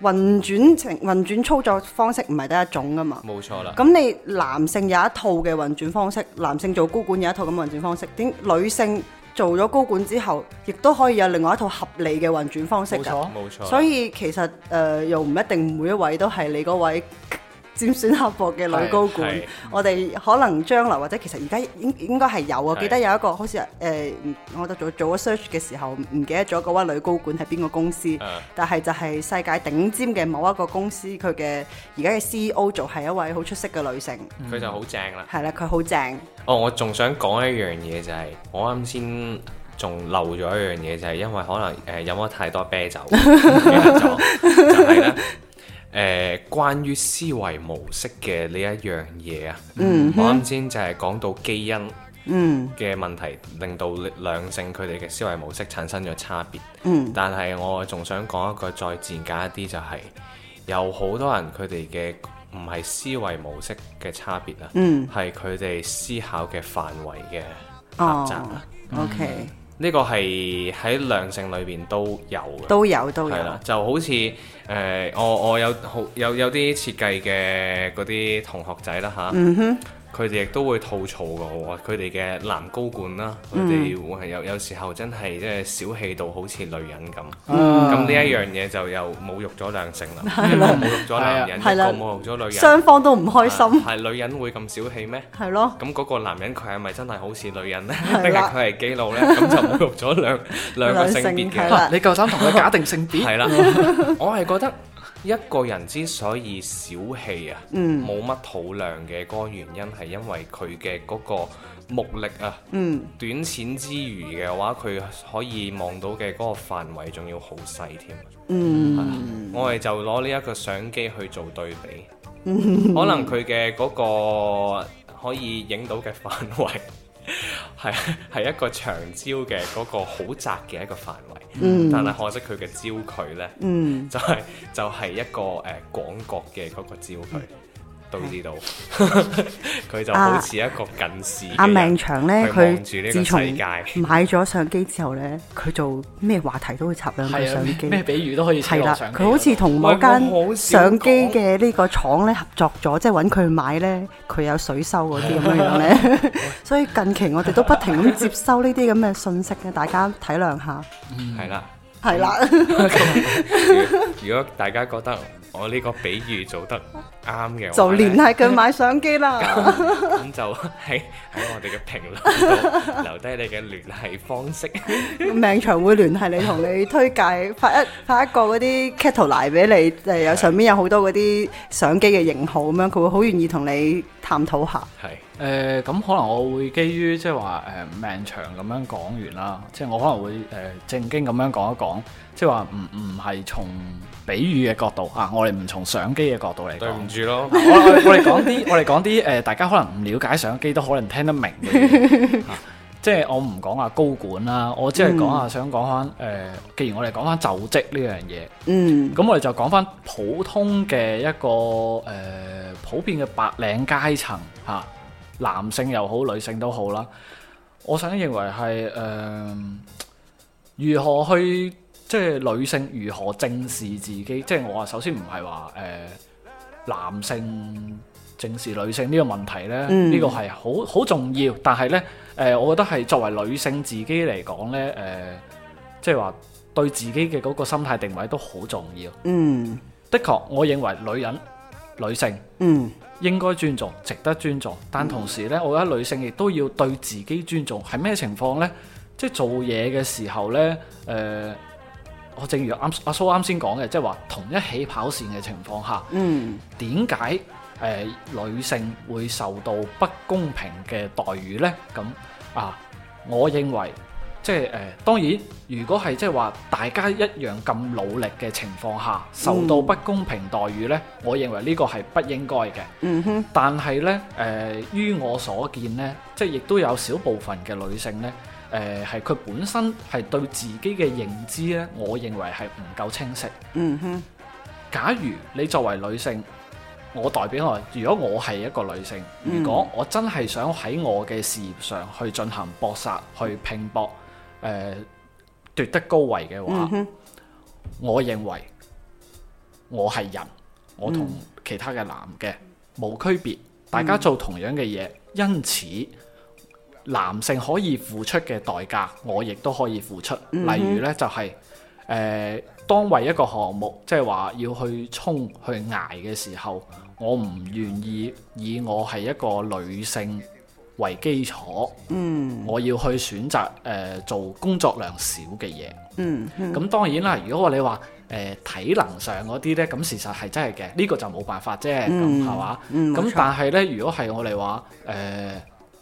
S2: 運轉情運轉操作方式唔係得一種噶嘛。
S3: 冇錯啦。
S2: 咁你男性有一套嘅運轉方式，男性做高管有一套咁嘅運轉方式，點女性做咗高管之後，亦都可以有另外一套合理嘅運轉方式
S4: 冇
S2: 㗎。
S4: 錯。
S3: 冇錯啦，
S2: 所以其實誒、呃又唔一定每一位都係你嗰位尖酸刻薄嘅女高管
S3: 係係。
S2: 我哋可能將來或者其實而家應應該係有啊。
S3: 係
S2: 記得有一個好似誒、呃我哋做做咗 search 嘅時候，唔記得咗嗰位女高管係邊個公司，
S3: 嗯
S2: 但係就係世界頂尖嘅某一個公司，佢嘅而家嘅 CEO 做係一位好出色嘅女性，
S3: 佢就好正啦。
S2: 係啦，佢好正，
S3: 哦，我仲想講一樣嘢就係、我啱先仲漏咗一樣嘢，就係、因為可能誒、呃飲咗太多啤酒，記得咗就係 咧。誒、關於思維模式嘅呢一樣嘢啊，我啱先就係講到基因
S2: 嗯
S3: 嘅問題，令到兩性佢哋嘅思維模式產生咗差別。
S2: 嗯
S3: 但係我仲想講一個再賤格一啲，就係、有好多人佢哋嘅唔係思維模式嘅差別啊，
S2: 嗯
S3: 係佢哋思考嘅範圍嘅狹
S2: 哦
S3: 窄啊。
S2: ，OK
S3: 呢、個係喺兩性裏邊都有嘅。
S2: 都有都有
S3: 係，啦，就好似誒、呃我我有好有有啲設計嘅嗰啲同學仔啦吓，佢哋亦都會吐槽嘅喎，佢哋嘅男高管啦，佢哋會係有有時候真係即係小氣到好似女人咁，咁呢一樣嘢就又侮辱咗 兩性啦，侮辱咗男人，
S2: 係啦
S3: 又侮辱咗女人，
S2: 雙方都唔開心，
S3: 係女人會咁小氣咩？
S2: 係咯。
S3: 咁嗰個男人佢係咪真係好似女人呢？
S2: 啦
S3: 定係佢係基佬呢？咁就侮辱咗兩兩個性
S2: 係
S3: 別嘅
S2: 啦。
S4: 嚇你夠膽同佢假定性別？
S3: 係啦， 我係覺得一個人之所以小氣啊，冇乜肚量嘅嗰個原因係因為佢嘅嗰個目力啊，短淺之餘嘅話，佢可以望到嘅嗰個範圍仲要好細添。嗯，我哋就攞呢一個相機去做對比，
S2: 嗯
S3: 可能佢嘅嗰個可以影到嘅範圍。 係係一個長焦嘅嗰個好窄嘅一個範圍，
S2: 嗯
S3: 但係可惜佢嘅焦距呢，就係、就係、一個誒、呃、廣角嘅嗰個焦
S2: 嗯
S3: 距。導致到 佢就好似一個近視嘅人
S2: 阿命啊長咧，佢
S3: 望住呢
S2: 自
S3: 個
S2: 從
S3: 世界，
S2: 買咗相機之後咧，佢做咩話題都會插兩句
S4: 係
S2: 相
S4: 啊，
S2: 機
S4: 咩。比喻都可以扯
S2: 係
S4: 落
S2: 啦，
S4: 上嚟
S2: 佢好似同某
S3: 啊喂我好
S2: 間
S3: 少
S2: 相機
S3: 講
S2: 嘅呢個廠咧合作咗，即係揾佢買咧，佢有水收嗰啲咁樣樣 咧。 所以近期我哋都不停咁接收呢啲咁嘅信息嘅，大家體諒下。
S3: 係啦。
S2: 係啦，
S3: 如果大家覺得我呢個比喻做得啱嘅話呢，
S2: 就聯繫佢買相機啦。
S3: 咁就喺喺我哋嘅評論度留低你嘅聯繫方式。
S2: 命長會聯繫你，同你推介發一發一個嗰啲 catalog 俾你，誒有上面有好多嗰啲相機嘅型號咁樣，佢會好願意同你探討下。
S3: 係
S4: 呃誒咁、可能我會基於即係話誒命長咁樣講完啦，即係我可能會誒、呃正經咁樣講一講，即係話唔唔係從比喻嘅角度啊，我哋唔從相機嘅角度嚟
S3: 對
S4: 講。
S3: 唔住咯，
S4: 我我我哋講啲，我哋講啲呃誒，大家可能唔了解相機都可能聽得明 嘅嘢嚇即係我唔講話高管啦，我只係
S3: 嗯
S4: 講下想講翻誒，既然我哋講翻就職呢樣嘢，
S2: 嗯
S4: 咁我哋就講翻普通嘅一個誒、呃普遍嘅白領階層嚇、男性又好，女性都好啦。我想認為係誒、呃如何去即係女性如何正視自己，即係我話首先唔係話誒男性正視女性呢個問題咧，呢、
S2: 嗯
S4: 呢個係好好重要，但係咧誒，我覺得係作為女性自己嚟講咧誒。呃即係話對自己嘅嗰個心態定位都好重要。
S2: 嗯
S4: 的確，我認為女人、女性
S2: 嗯
S4: 應該尊重，值得尊重。但同時呢，我覺得女性亦都要對自己尊重。係咩情況呢？即係做嘢嘅時候呢，誒、我正如啱阿蘇啱先講嘅，即係話同一起跑線嘅情況下，
S2: 嗯
S4: 點解誒女性會受到不公平嘅待遇呢？咁啊，我認為即係誒、呃當然，如果係即係話大家一樣咁努力嘅情況下，受到不公平待遇呢，我認為呢個係不應該嘅。
S2: 嗯哼，
S4: 但係呢，誒、呃於我所見呢，即係亦都有少部分嘅女性呢，誒係佢本身係對自己嘅認知呢，我認為係唔夠清晰。
S2: 嗯哼，
S4: 假如你作為女性，我代表我，如果我係一個女性，
S2: 嗯
S4: 如果我真係想喺我嘅事業上去進行搏殺、去拼搏、誒、呃奪得高位嘅話，我認為我係人，我同其他嘅男嘅冇區別，大家做同樣嘅嘢，因此。男性可以付出嘅代價，我亦都可以付出。例如呢，就係、誒、呃當為一個項目，即係話要去衝去捱嘅時候，我唔願意以我係一個女性為基礎，嗯，我要去選擇誒、呃做工作量少嘅嘢。
S2: 嗯哼，
S4: 咁當然啦，如果你話誒、體能上嗰啲咧，咁事實係真係嘅，呢、個就冇辦法啫，咁係嘛？咁、
S2: 嗯冇錯
S4: 但係咧，如果係我哋話誒，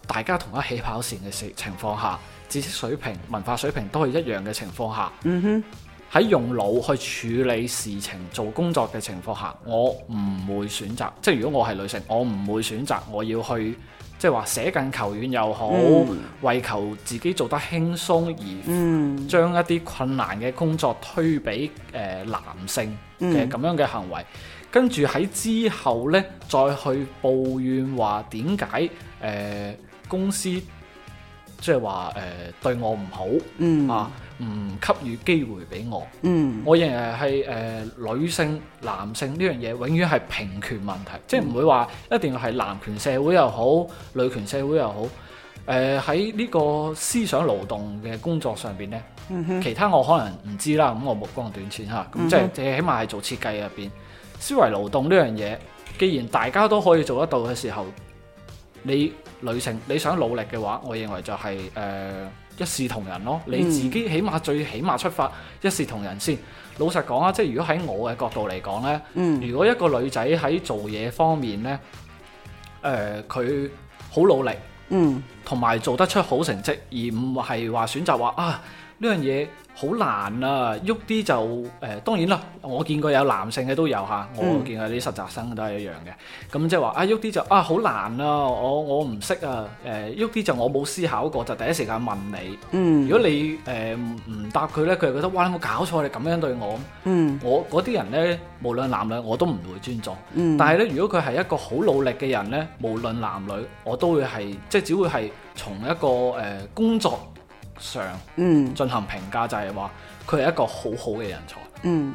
S4: 大家同一起跑線嘅情情況下，知識水平、文化水平都係一樣嘅情況下，嗯哼，喺用腦去處理事情、做工作嘅情況下，我唔會選擇，即係如果我係女性，我唔會選擇我要去。即係話捨近求遠又好，為求自己做得輕鬆而
S2: 嗯
S4: 將一啲困難嘅工作推俾誒、呃男性嘅咁樣嘅行為，跟住喺之後呢，再去抱怨話點解誒公司即係話誒對我唔好、
S2: 嗯
S4: 啊，唔給予機會俾我。
S2: 嗯
S4: 我認為係誒、呃女性、男性呢樣嘢，永遠係平權問題，即係唔會話一定要係男權社會又好，女權社會又好。誒喺呢個思想勞動嘅工作上邊呢，其他我可能唔知啦，咁我目光短淺嚇，咁即係即係起碼係做設計入邊思維勞動呢樣嘢，既然大家都可以做得到嘅時候，你女性你想努力嘅話，我認為就係、呃一視同仁咯。你自己起碼最起碼出發一視同仁先。老實講啊，即係如果喺我嘅角度嚟講呢，
S2: 嗯
S4: 如果一個女仔喺做嘢方面呢，誒佢好努力，
S2: 嗯
S4: 同埋做得出好成績，而唔係話選擇話啊呢樣嘢好難啊，喐啲就誒、呃、當然啦，我見過有男性嘅都有嚇，我見過啲實習生都係一樣嘅，咁即係話啊喐啲就啊好難啊，我我唔識啊，誒喐啲就我冇思考過，就第一時間問你，
S2: 嗯
S4: 如果你誒唔唔答佢呢，佢就覺得哇你有冇搞錯，你咁樣對我。
S2: 嗯
S4: 我嗰啲人呢，無論男女，我都唔會尊重。
S2: 嗯
S4: 但係呢，如果佢係一個好努力嘅人呢，無論男女，我都會係即係只會係從一個誒、呃工作上
S2: 嗯
S4: 進行評價，就係話佢係一個好好嘅人才，
S2: 嗯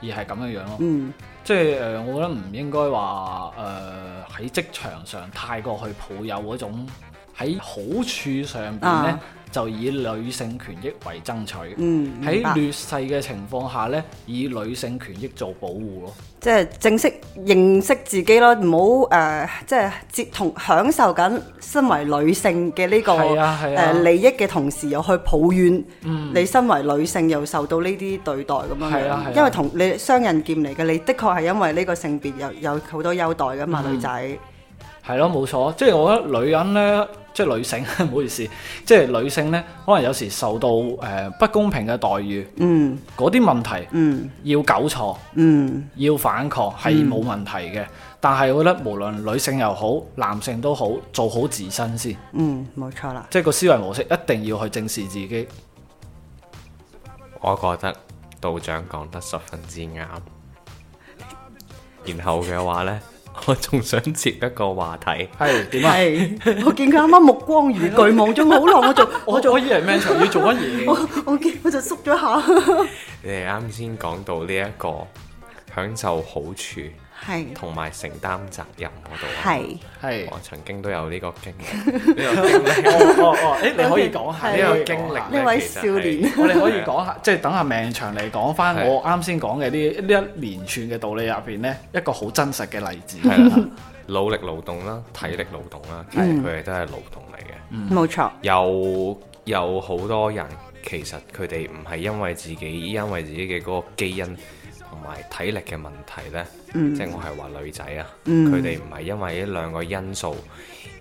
S4: 而係咁樣樣咯。
S2: 嗯
S4: 即係誒、呃我覺得唔應該話呃誒喺職場上太過去抱有嗰種喺好處上邊呢，
S2: 啊
S4: 就以女性權益為爭取。
S2: 嗯，明
S4: 喺
S2: 白
S4: 劣勢嘅情況下呢，以女性權益做保護咯。
S2: 即係正式認識自己咯，唔好誒，即係接同享受緊身為女性嘅呢個
S4: 係啊係啊嗯
S2: 誒利益嘅同時，又去抱怨你身為女性又受到呢啲對待咁樣
S4: 係啊係啊
S2: 樣，因為同你雙刃劍嚟嘅，你的確係因為呢個性別有有好多優待噶嘛，
S4: 嗯
S2: 女仔，
S4: 係咯，冇錯，啊即係我覺得女人呢，即係女性， 唔好意思，即係女性呢，可能有時受到誒、呃不公平嘅待遇，
S2: 嗯
S4: 嗰啲問題
S2: 嗯
S4: 要糾錯，
S2: 嗯
S4: 要反抗係冇問題嘅。但係我覺得無論女性又好，男性都好，做好自身先，
S2: 嗯，冇錯啦，
S4: 即係個思維模式一定要去正視自己。
S3: 我覺得道長講得十分之啱。然後嘅話呢，我仲想接一個話題，
S4: 係點啊？
S2: 係，我見佢啱啱目光如炬望中好耐，我仲
S4: 我我以為 man 要做乜 嘢？
S2: 我我見我就縮咗下，
S3: 你哋啱先講到呢一個享受好處
S2: 係
S4: 嗯
S3: 同埋承擔責任嗰度啊，
S2: 係。
S4: 係
S3: 我曾經都有呢個經歷，呢個經歷，
S4: 哦哦哦，誒你可以講下
S2: 係
S3: 呢個
S4: 經
S3: 經歷
S4: 歷。
S3: 呢
S2: 呢位
S3: 其實
S2: 少年
S3: 係
S4: 我哋可以講下， 即係等下命長嚟講翻
S3: 係
S4: 我啱先講嘅呢呢一連串嘅道理入邊呢，一個好真實嘅例子。
S3: 係啦，努力勞動啦，體力勞動啦，
S2: 嗯
S3: 其實佢哋都係勞動嚟嘅。
S2: 冇錯，
S3: 有有好多人其實佢哋唔係因為自己，因為自己嘅嗰個基因同埋體力嘅問題呢，即係我係話女仔啊，
S2: 嗯
S3: 佢哋唔係因為呢兩個因素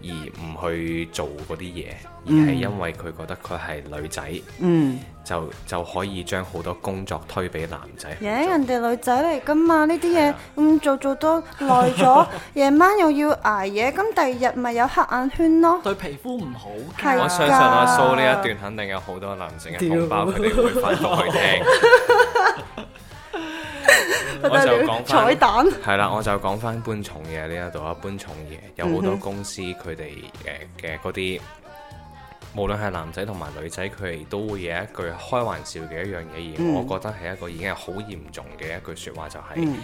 S3: 而唔去做嗰啲嘢，而係因為佢覺得佢係女仔，
S2: 嗯，
S3: 就就可以將好多工作推俾男仔去
S5: 嘢
S3: 做。
S5: 人哋女仔嚟噶嘛，呢啲嘢
S2: 嗯
S5: 咁做做多耐 咗，夜晚又要捱夜，咁第二日咪有黑眼圈咯。
S4: 對皮膚唔好
S5: 係
S2: 啊
S4: 㗎
S3: 我相信阿蘇 呢一段肯定有好多男性嘅同胞，佢哋會反覆去聽。 我就講返
S5: 彩蛋，
S3: 係啦，我就講翻搬重嘢呢一度啊，搬重嘢有好多公司佢哋誒嘅嗰啲，無論係男仔同埋女仔，佢哋都會有一句開玩笑嘅一樣嘢，而我覺得係一個已經係好嚴重嘅一句説話，就係、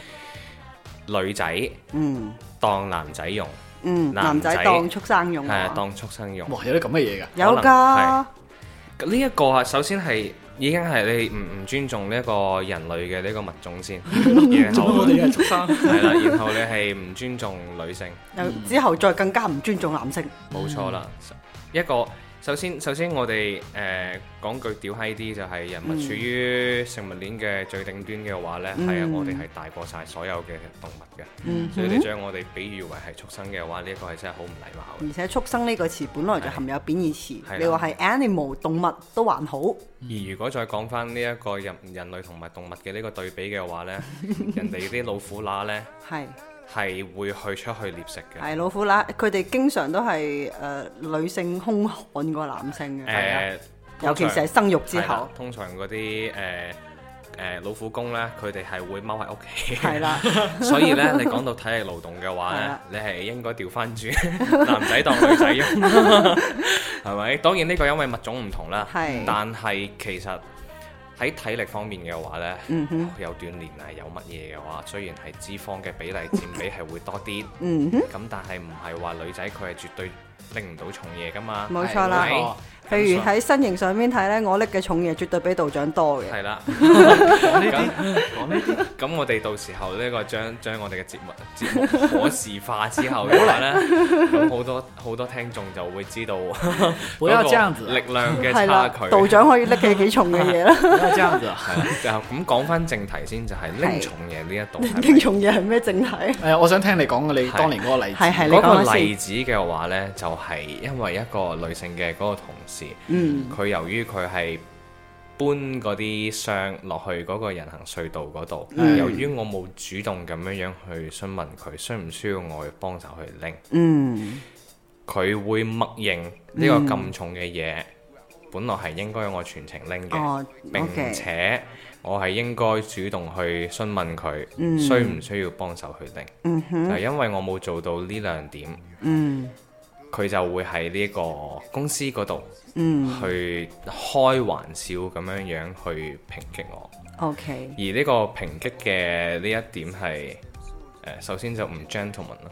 S3: 女仔
S2: 嗯
S3: 當男仔用，
S2: 嗯，男
S3: 男仔
S2: 仔當畜生用
S3: 係
S2: 啊
S3: 啊，當畜生用。
S4: 哇，有啲咁嘅嘢㗎。
S2: 有
S3: 可能
S2: 㗎
S3: 係，呢一個啊，首先係已經係你唔唔尊重呢一個人類嘅呢個物種 先，然後
S4: 我哋係畜生，
S3: 係啦，然後你係唔尊重女性。
S2: 又之後再更加唔尊重男性。
S3: 冇錯啦，一個首先首先我哋誒、呃、講句屌閪啲就係人物處於食物鏈嘅最頂端嘅話呢
S4: 嗯
S3: 係啊、我哋係大過晒所有嘅動物嘅，所
S4: 嗯
S3: 以你將我哋比喻為係畜生嘅話，呢、一個係真係好唔禮貌嘅。
S2: 而且畜生呢個詞本來就含有貶義
S3: 係啦
S2: 詞，你話係 animal 動物都還好，
S3: 而如果再講翻呢一個人人類同埋動物嘅呢個對比嘅話 呢人哋啲老虎乸呢
S2: 係
S3: 係會去出去獵食嘅。
S2: 係老虎乸，佢哋經常都係誒、呃女性兇悍過男性嘅，係啊、
S3: 誒，
S2: 尤其是係生育之後，
S3: 通常嗰啲誒誒老虎公咧，佢哋係會踎喺屋企。
S2: 係 啦，
S3: 所以咧，你講到體力勞動嘅話
S2: 係啊
S3: 咧
S2: 啦，
S3: 你係應該調翻轉， 男仔當女仔用，係咪？當然呢個因為物種唔同啦，
S2: 係
S3: 但係其實喺體力方面嘅話咧，
S2: 嗯
S3: 有鍛鍊啊，有乜嘢嘅話，雖然係脂肪嘅比例佔比係會多啲，
S2: 嗯哼，
S3: 咁但係唔係話女仔佢係絕對拎唔到重嘢噶嘛？
S2: 冇錯啦
S3: 係咪。
S2: 譬如喺身形上面睇呢，我拎嘅重嘢絕對比道長多嘅，
S3: 係啦。
S4: 講呢啲
S3: 咁咁，我哋到時候呢個將將我哋嘅節目節目可視化之後嘅話咧，咁好多好多聽眾就會知道
S4: 不要
S3: 嗰個
S4: 這樣子
S3: 力量嘅
S2: 係啦
S3: 差，距。
S2: 道長可以拎嘅幾重嘅嘢 啦。
S4: 不要這樣子啊。
S3: 係啦就咁講翻正題先，就係拎重嘢呢一度係咪。
S2: 拎重嘢係咩正題？
S4: 誒，我想聽你講嘅你
S3: 係
S4: 當年嗰個例子。
S2: 係係你
S3: 嗰
S2: 講下
S3: 個例
S2: 先。
S3: 子嘅話呢，就係、因為一個女性嘅嗰個同事，佢、
S2: 嗯
S3: 由於佢係搬嗰啲箱落去嗰個人行隧道嗰度，
S2: 嗯
S3: 由於我冇主動咁樣樣去詢問佢需唔需要我去幫手去拎，
S2: 嗯
S3: 佢會默認呢個咁重嘅嘢，本來係應該我全程拎嘅，
S2: 哦
S3: 並
S2: OK
S3: 且我係應該主動去詢問佢、
S2: 嗯
S3: 需唔需要幫手去拎，
S2: 嗯
S3: 就
S2: 哼
S3: 係因為我冇做到呢兩點。
S2: 嗯
S3: 佢就會喺呢個公司嗰度
S2: 嗯
S3: 去開玩笑咁樣樣去抨擊我，
S2: ，OK
S3: 而呢個抨擊嘅呢一點係、呃、首先就唔 gentleman 啦、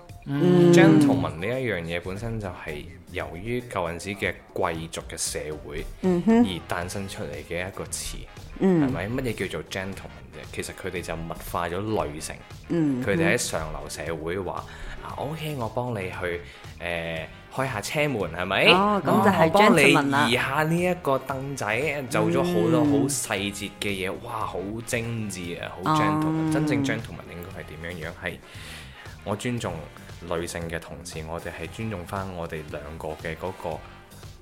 S3: gentleman 呢一樣嘢本身就係由於舊陣時嘅貴族嘅社會
S2: 嗯
S3: 而誕生出嚟嘅一個詞，係咪乜嘢叫做 gentleman 啫？其實佢哋就物化咗女性。
S2: 嗯
S3: 佢哋喺上流社會話啊，OK，我幫你去誒、呃、開下車門係咪？
S2: 哦咁就係
S3: 我幫你
S2: gentleman 啦
S3: 移下呢一個凳仔，做咗好
S2: 嗯
S3: 多好細節嘅嘢，哇，好精緻啊，
S2: 哦
S3: 好 gentleman、真正 gentleman 應該係點樣樣？係我尊重女性嘅同時，我哋係尊重翻我哋兩個嘅嗰、個。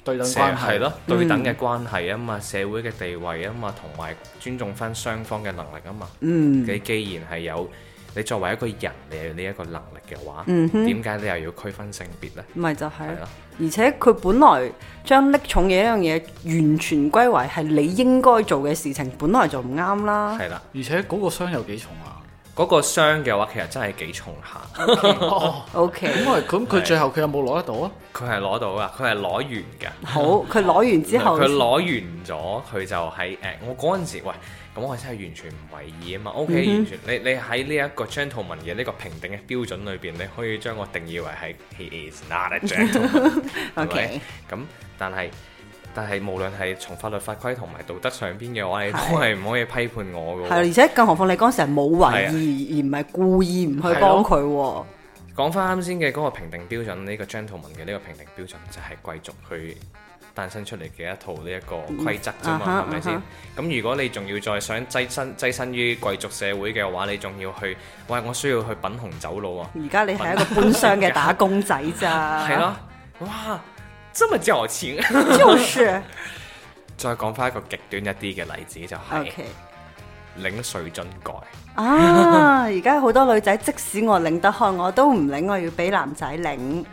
S4: 對等
S3: 社
S4: 關
S3: 係
S4: 係。
S3: 咯，
S2: 嗯
S3: 對等嘅關係啊嘛，社會嘅地位啊嘛，同埋尊重翻雙方嘅能力啊嘛。
S2: 嗯
S3: 你既然係有你作為一個人，你有呢一個能力嘅話，
S2: 嗯哼
S3: 點解你又要區分性別呢？
S2: 咪就係
S3: 係
S2: 咯
S3: 咯。，
S2: 而且佢本來將拎重嘢呢樣嘢完全歸為係你應該做嘅事情，本來就唔啱啦。
S3: 係啦，
S4: 而且嗰個箱有幾重啊？
S3: 嗰個箱嘅話其實真係幾重下，
S4: 哦，
S2: OK，
S4: 咁啊咁佢最後佢有冇攞得到啊？
S3: 佢係攞到噶，佢係攞完噶。
S2: 好，佢攞完之後
S3: 佢，攞完咗，佢就喺誒、我嗰陣時，喂，咁我真係完全唔為意啊嘛。O、k
S2: 嗯
S3: 完全你你喺呢一個 gentleman 嘅呢個評定嘅標準裏邊，你可以將我定義為係 he is not a gentleman 。
S2: OK
S3: 咁但係但係無論係從法律法規同埋道德上邊嘅話，你都係唔可以批判我嘅
S2: 係
S3: 喎。
S2: 啦而且更何況你嗰陣時係冇
S3: 係
S2: 為
S3: 啊
S2: 意，而唔係故意唔去
S3: 係
S2: 幫
S3: 咯
S2: 佢喎。
S3: 講翻啱先嘅嗰個評定標準，呢、個 gentleman 嘅呢個評定標準就係貴族佢誕生出嚟嘅一套呢一個規則啫嘛
S2: 啊哈，
S3: 係咪
S2: 啊
S3: 先？咁如果你仲要再想躋身躋身於貴族社會嘅話，你仲要去，喂，我需要去品紅酒佬啊！
S2: 而家你係一個搬箱嘅打工仔咋，
S3: 係咯，哇，真係矯情！
S2: 就是
S3: 再講翻一個極端一啲嘅例子，就係
S2: OK
S3: 領水樽蓋。
S2: 啊！而家好多女仔，即使我領得開，我都唔領，我要俾男仔領。唔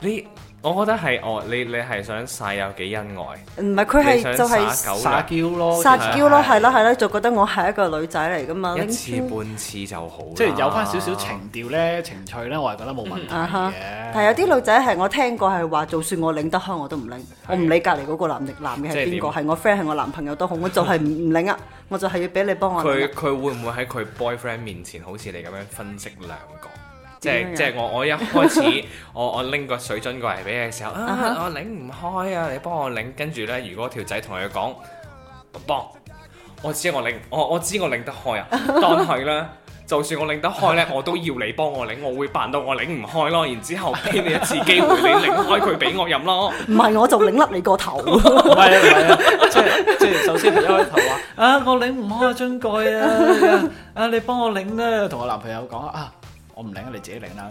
S3: 你，我覺得係我你你係想晒有幾恩愛，
S2: 係佢
S3: 你想
S2: 係就
S3: 耍
S2: 係
S3: 狗
S4: 撒嬌咯，
S2: 撒
S4: 其實
S2: 嬌咯，係啦係啦，就覺得我係一個女仔嚟噶嘛，
S3: 一
S2: 拎
S3: 次
S2: 穿
S3: 半次就好啦，
S4: 即係有翻少少情調咧、情趣咧，我係覺得冇問題
S2: 啊哈！但係
S4: 嘅。
S2: 有啲女仔係我聽過係話，就算我領得開我都唔領，我唔理隔離嗰個男男嘅
S3: 即係
S2: 係邊個，
S3: 點
S2: 係我 friend 係我男朋友都好，我就係唔唔領啊，我就係要俾你幫我領
S3: 佢
S2: 啊。
S3: 佢會唔會喺佢 boyfriend 面前好似你咁樣分析兩個？即
S2: 點樣啊樣
S3: 係即係我我一開始 我我拎個水樽過嚟俾你嘅時候啊，我擰唔開啊，你幫我擰。跟住呢，如果條仔同佢講我幫，我知我擰，我我知我擰得 開啊，但係呢，就算我擰得開呢，我都要你幫我擰，我會扮到我擰唔開咯，然之後俾你一次機會，你擰開佢俾我飲 咯。
S2: 唔係我就領甩你個 頭，
S4: 唔係啊，唔係啊，即係即係，首先一開頭話啊，我領唔開樽蓋啊，啊你幫我領啦，同我男朋友講啊，我唔領啊，你自己領啦咁。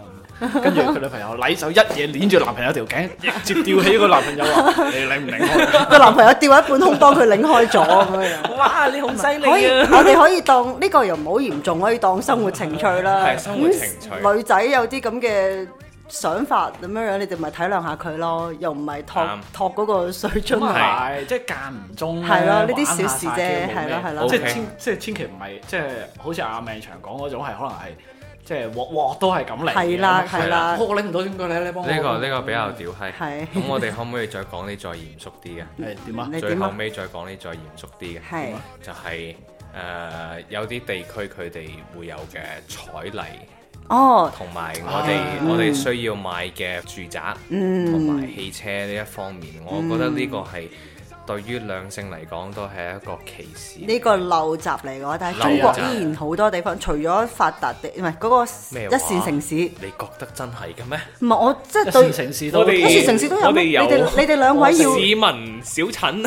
S4: 跟住佢女朋友禮手一嘢攆住男朋友條頸，直接吊起個男朋友話：你領唔領開？
S2: 個男朋友吊喺半空幫佢領開咗咁樣。
S3: 哇！ 你好啊犀
S2: 可以，我哋可以當呢個又唔好嚴重，可以當生活情趣啦。嗯
S3: 係生活情趣
S2: 咁女仔有啲咁嘅想法咁樣樣，你哋咪體諒下佢咯，又唔係托
S3: 啱
S2: 托嗰個水樽
S4: 咁
S2: 啊。
S4: 啊係，即係間唔中咧
S2: 係咯呢啲
S4: 玩下
S2: 小事啫
S4: 撒嬌冇
S2: 係咯
S4: 咩
S2: 係
S3: 咯
S4: 即
S3: OK
S4: 係千即係千祈唔係即係好似阿命長講嗰種係可能係即係鑊鑊都係咁嚟嘅。
S2: 係啦，
S3: 係
S2: 係
S4: 啊
S2: 啦
S4: 我，我領唔到點解你你幫我
S3: 呢個呢個比較屌閪。
S2: 係
S3: 咁我哋可唔可以再講啲再嚴肅啲嘅？
S4: 係點啊？
S2: 你
S3: 最
S2: 點
S3: 後
S2: 啊？
S3: 尾再講啲再嚴肅啲嘅，
S2: 係
S3: 就係、誒有啲地區佢哋會有嘅彩禮，
S2: 哦，
S3: 同埋我哋、
S2: 啊
S3: 我哋需要買嘅住宅，
S2: 嗯
S3: 同埋、汽車呢一方面，我覺得呢個係對於兩性嚟講都係一個歧視。
S2: 呢個陋習嚟嘅，但係中
S3: 陋
S2: 國
S3: 習
S2: 依然好多地方，除咗發達地，唔係嗰個
S3: 咩
S2: 一
S3: 話
S2: 線城市，
S3: 你覺得真係嘅咩？
S2: 唔係我即
S4: 一
S2: 係對
S4: 線城市都
S3: 我哋
S2: 一線城市都有
S3: 我
S2: 咩
S3: 哋
S2: 你
S3: 有
S2: 哋你哋兩位要。
S3: 市民 小陳，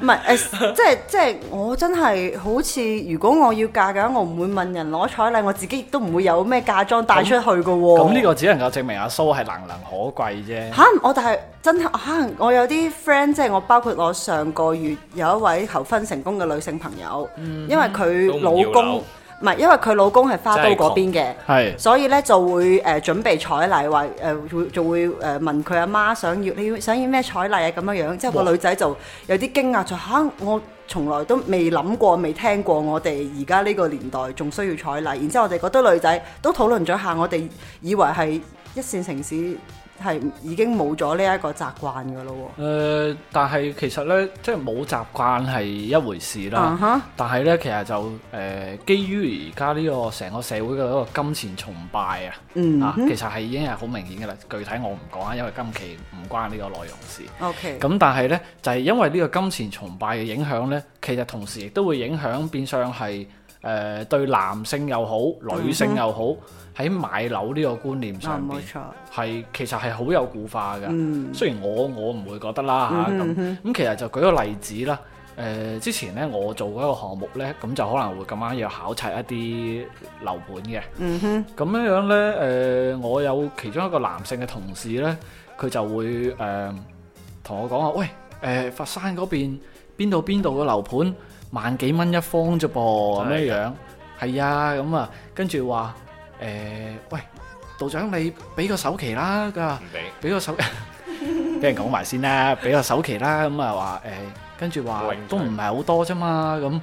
S2: 唔係誒，即係即係我真係好似，如果我要嫁嘅話，我唔會問人攞彩禮，我自己亦都唔會有咩嫁妝帶出去嘅喎。
S4: 咁呢個只能夠證明阿蘇係難能可貴啫。
S2: 哦嚇、我但係真係嚇、啊我有啲 friend 即係我，包括我上個月有一位求婚成功嘅女性朋友，因為佢
S3: 嗯都唔要
S2: 老公
S3: 樓
S2: 唔係因為佢老公係花都嗰邊嘅。
S4: 係
S2: 所以咧就會誒、呃、準備彩禮，話誒會就會誒、呃、問佢阿媽想要你要想要咩彩禮啊咁樣樣，之後個女仔就有啲驚訝，就嚇、我從來都未諗過，未聽過我哋而家呢個年代仲需要彩禮。然之後我哋嗰堆女仔都討論咗下，我哋以為係一線城市係已經冇咗呢一個習慣嘅咯喎。
S4: 誒、但係其實咧，即係冇習慣係一回事啦。
S2: 啊哈
S4: 但係咧，其實就誒、基於而家呢個成個社會嘅一個金錢崇拜啊，
S2: 嗯
S4: 啊，
S2: 哼
S4: 其實係已經係好明顯嘅啦。具體我唔講啊，因為今期唔關呢個內容事。
S2: OK，
S4: 咁但係咧，就係、因為呢個金錢崇拜嘅影響咧，其實同時亦都會影響變相係誒、呃對男性又好，女性又好，喺、買樓呢個觀念
S2: 嗯啊
S4: 上邊
S2: 冇。錯，
S4: 係其實係好有固化嘅。
S2: 嗯
S4: 雖然我我唔會覺得啦嚇咁咁，其實就舉個例子啦。誒、之前咧我做嗰個項目咧，咁就可能會咁啱要考察一啲樓盤嘅。
S2: 嗯哼，
S4: 咁樣樣咧，誒、我有其中一個男性嘅同事咧，佢就會誒同、我講話，喂，誒、佛山嗰邊邊度邊度嘅樓盤萬幾蚊一方啫噃，咁樣樣，係啊，咁啊，跟住話誒，喂，道長你俾個首期啦，佢話
S3: 唔俾
S4: 俾個首， 俾人講埋先啦，俾個首期啦，咁啊話誒，跟住話
S3: 冇興趣
S4: 都唔係好多啫嘛，咁誒，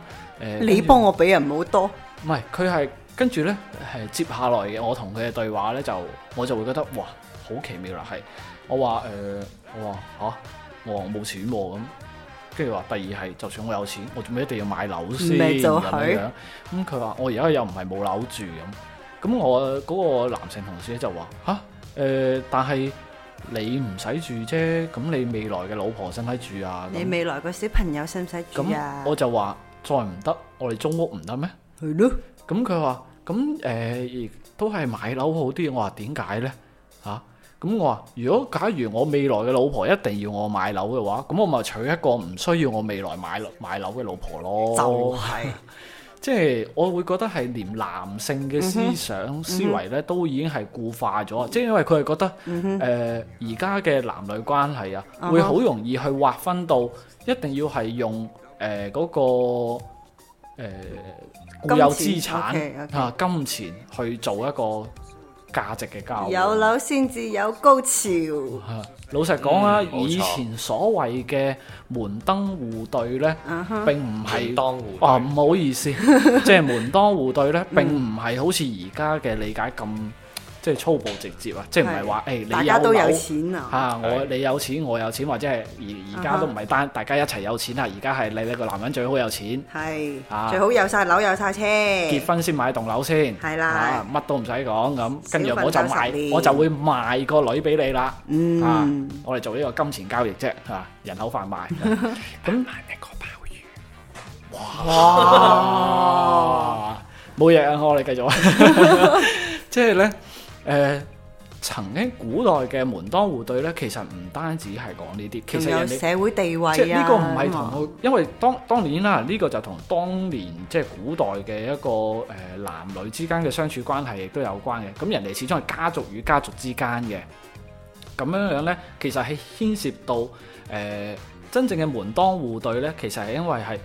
S2: 你
S4: 跟住
S2: 幫我俾人唔好多，
S4: 唔係，佢係跟住咧，係接下來嘅我同佢嘅對話咧，就我就會覺得哇，好奇妙啦，係我話誒、呃我話吓、我話我冇錢喎、咁，跟住話第二係，就算我有錢，我做咩一定要買樓先
S2: 咪就
S4: 咁
S2: 係
S4: 樣樣？咁佢話哦我而家又唔係冇樓住咁，咁我嗰個男性同事咧就話吓誒，但係你唔使住啫，咁你未來嘅老婆使唔使住啊？
S2: 你
S4: 咁
S2: 未來個小朋友使唔使住啊
S4: 咁？我就話再唔得，我哋租屋唔得咩？
S2: 係咯，
S4: 咁佢話：咁誒、亦都係買樓好啲。我話點解咧？嚇、咁我話：如果假如我未來嘅老婆一定要我買樓嘅話，咁我咪娶一個唔需要我未來買樓買樓嘅老婆咯。
S2: 就係
S4: 即係我會覺得係連男性嘅思想思維咧都已經係固化咗，啊即係因為佢係覺得誒而家嘅男女關係啊，會好容易去劃分到一定要係用誒嗰個誒固有資
S2: 金錢
S4: 產
S2: OK，OK
S4: 啊金錢去做一個價值嘅交
S5: 有
S4: 換。
S5: 樓先至有高潮。
S4: 啊老實講啊，
S3: 嗯冇錯
S4: 以前所謂嘅門當戶對咧，
S2: 啊 Uh-huh
S4: 並唔係
S3: 門當
S2: 哦
S3: 戶對
S4: 啊，唔好 意思，即係門當戶對咧，
S2: 嗯
S4: 並唔係好似而家嘅理解咁即係粗暴直接啊，即係唔係話誒你
S2: 大家都有
S4: 樓
S2: 錢啊，
S4: 啊！我
S3: 係
S4: 你有錢，我有錢，或者係而而
S2: 啊
S4: 家
S2: 哈
S4: 都唔係單大家一齊有錢啊！而家係你你個男人最好有錢，
S2: 係
S4: 啊
S2: 最好有晒樓有晒車，
S4: 結婚先買棟樓先，
S2: 係啦
S4: 啊乜都唔使講咁，跟住
S2: 小奮
S4: 我就
S2: 鬥十
S4: 賣，
S2: 年
S4: 我就會賣個女俾你啦。
S2: 嗯
S4: 啊，我哋做呢個金錢交易啫，嚇、人口 販賣。咁
S3: 一個鮑魚。
S4: 哇，冇嘢啊！我 哋繼續啊，即係咧，誒、曾經古代嘅門當戶對咧，其實唔單止係講呢啲，其
S2: 仲
S4: 實
S2: 有
S4: 人哋。
S2: 社會地位啊，
S4: 即係呢個唔
S2: 咁
S4: 係
S2: 啊
S4: 同佢，因為當當然啦，呢、個就同當年即係古代嘅一個誒、呃男女之間嘅相處關係亦都有關嘅。咁人哋始終係家族與家族之間嘅，咁樣樣呢，其實係牽涉到誒、呃真正嘅門當戶對呢，其實係因為係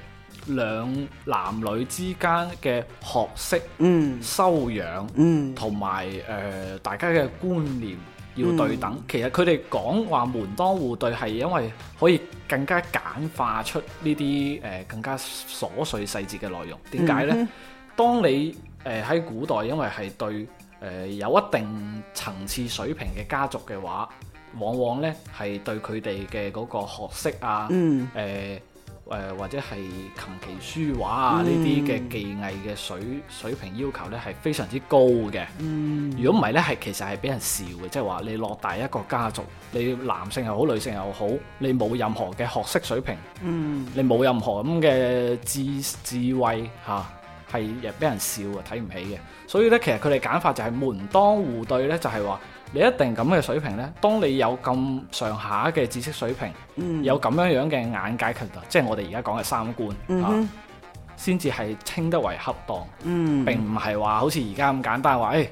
S4: 兩男女之間嘅學識、
S2: 嗯
S4: 修養。
S2: 嗯
S4: 同埋誒大家嘅觀念要對
S2: 嗯
S4: 等。其實佢哋講話門當戶對係因為可以更加簡化出呢啲誒更加瑣碎細節嘅內容。點解
S2: 嗯
S4: 呢？當你誒喺、古代，因為係對誒、呃有一定層次水平嘅家族嘅話，往往呢係對佢哋嘅嗰個學識啊，誒誒、
S2: 嗯
S4: 呃或者係琴棋書畫啊呢啲嘅技藝嘅水水平要求呢係非常之高嘅。如果唔係呢，係其實係俾人笑嘅，即係話你落大一個家族，你男性又好，女性又好，你冇任何嘅學識水平，你冇任何咁嘅智智慧嚇，係亦俾人笑啊，睇唔起嘅。所以咧，其實佢哋簡化就係門當戶對咧，就係話你一定咁嘅水平咧，當你有咁上下嘅知識水平，
S2: 嗯
S4: 有咁樣樣嘅眼界，其實即係我哋而家講嘅三觀嚇，先至係稱得為恰當。
S2: 嗯
S4: 並唔係話好似而家咁簡單話，誒、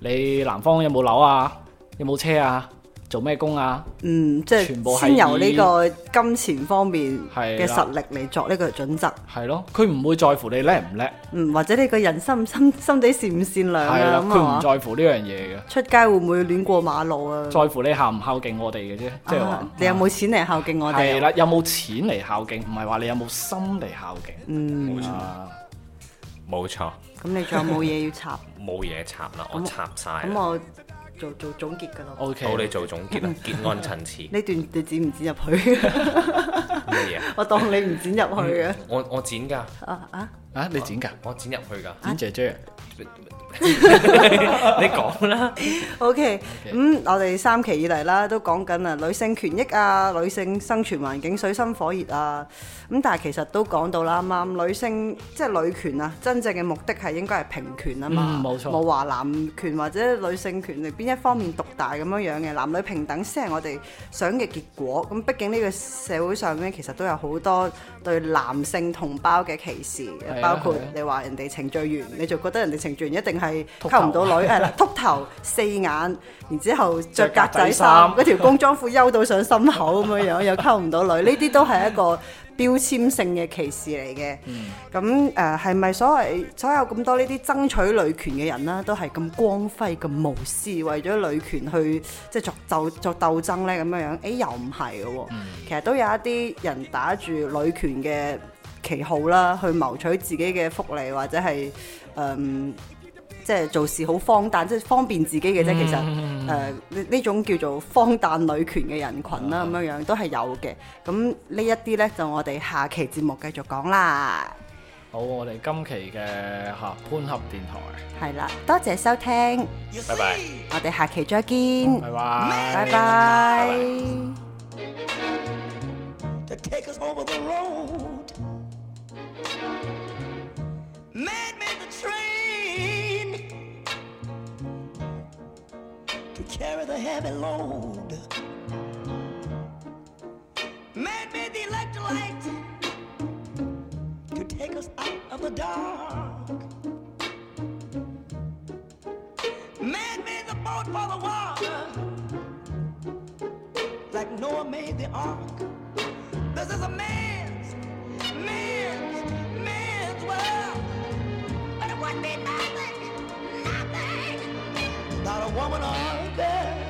S4: 你南方有冇樓啊？有冇車啊？做咩工啊？
S2: 嗯，即
S4: 全部
S2: 係
S4: 係
S2: 先由呢
S4: 以
S2: 個金錢方面嘅
S4: 係啦
S2: 實力嚟作呢個準則。
S4: 係咯，佢唔會在乎你叻唔叻，
S2: 嗯，或者你個人心唔心心地善唔善良
S4: 係啦，
S2: 啊咁
S4: 佢唔
S2: 啊嘛，
S4: 在乎呢樣嘢嘅。
S2: 出街會唔會亂過馬路啊？
S4: 在乎你孝唔孝敬我哋嘅啫，即係話
S2: 啊你有冇錢嚟孝敬我
S4: 係
S2: 哋啊？
S4: 啦，有冇錢嚟孝敬，唔係話你有冇心嚟孝敬。
S2: 嗯，
S4: 啊，
S3: 冇錯，
S2: 咁你仲有冇嘢要插？
S3: 冇嘢插啦，我插晒
S2: 咁
S3: 啦。
S2: 我做做總結㗎咯。
S4: O
S3: 好，你
S4: K，
S3: 做總 結啦，結案陳詞
S2: 呢段你剪唔剪入去？
S3: 咩嘢？啊
S2: 我當你唔剪入去
S4: 嗯
S2: 嘅。
S3: 我我剪㗎，
S2: 啊啊！
S4: 啊，你剪㗎，
S3: 我剪入去㗎。
S4: 剪姐姐，
S3: 你講啦，
S2: O K，咁我哋三期以嚟啦，都講緊啊女性權益啊、女性生存環境水深火熱啊，咁但係其實都講到啦，啱啱女性即係女權啊，真正嘅目的係應該係平權啊嘛，
S4: 嗯冇錯
S2: 冇話男權或者女性權力邊一方面獨大咁樣樣嘅，男女平等先係我哋想嘅結果。咁畢竟呢個社會上面其實都有好多對男性同胞嘅歧視，
S4: 係啊
S2: 包括
S4: 係啊
S2: 你話人哋程序員，你就覺得人哋程序員一定係
S4: 禿
S2: 溝唔
S4: 頭
S2: 到女，誒啦，禿頭四眼，然之後着
S4: 着
S2: 格
S4: 格
S2: 仔
S4: 仔
S2: 衫，
S4: 衫
S2: 嗰條工裝褲休到上心口咁樣樣，又溝唔到女，呢啲都係一個標籤性嘅歧視嚟嘅。咁誒係咪所謂所有咁多呢啲爭取女權嘅人啦，都係咁光輝、咁無私，為咗女權去即係作鬥作鬥爭呢？咁樣樣？誒又唔係嘅喎，其實都有一啲人打住女權嘅旗號啦，去謀取自己嘅福利或者係誒。嗯即係做事好荒誕，即係方便自己嘅啫。
S4: 嗯
S2: 其實誒呢呢種叫做荒誕女權嘅人群啦，咁樣樣都係有嘅。咁呢一啲呢，就我哋下期節目繼續講啦。
S4: 好，我哋今期嘅嚇潘合電台，
S2: 係啦，多謝收聽，
S1: You
S3: 拜拜。
S1: see,
S2: 我哋下期再見，
S4: 拜拜。
S2: 拜
S3: 拜
S2: 拜。
S1: to take us over the road. Man made the train to carry the heavy load. Man made the electrolyte to take us out of the dark. Man made the boat for the water, like Noah made the ark. This is a man's, man's, man's world. But it wouldn't be nothing, nothing. Not a woman on earth.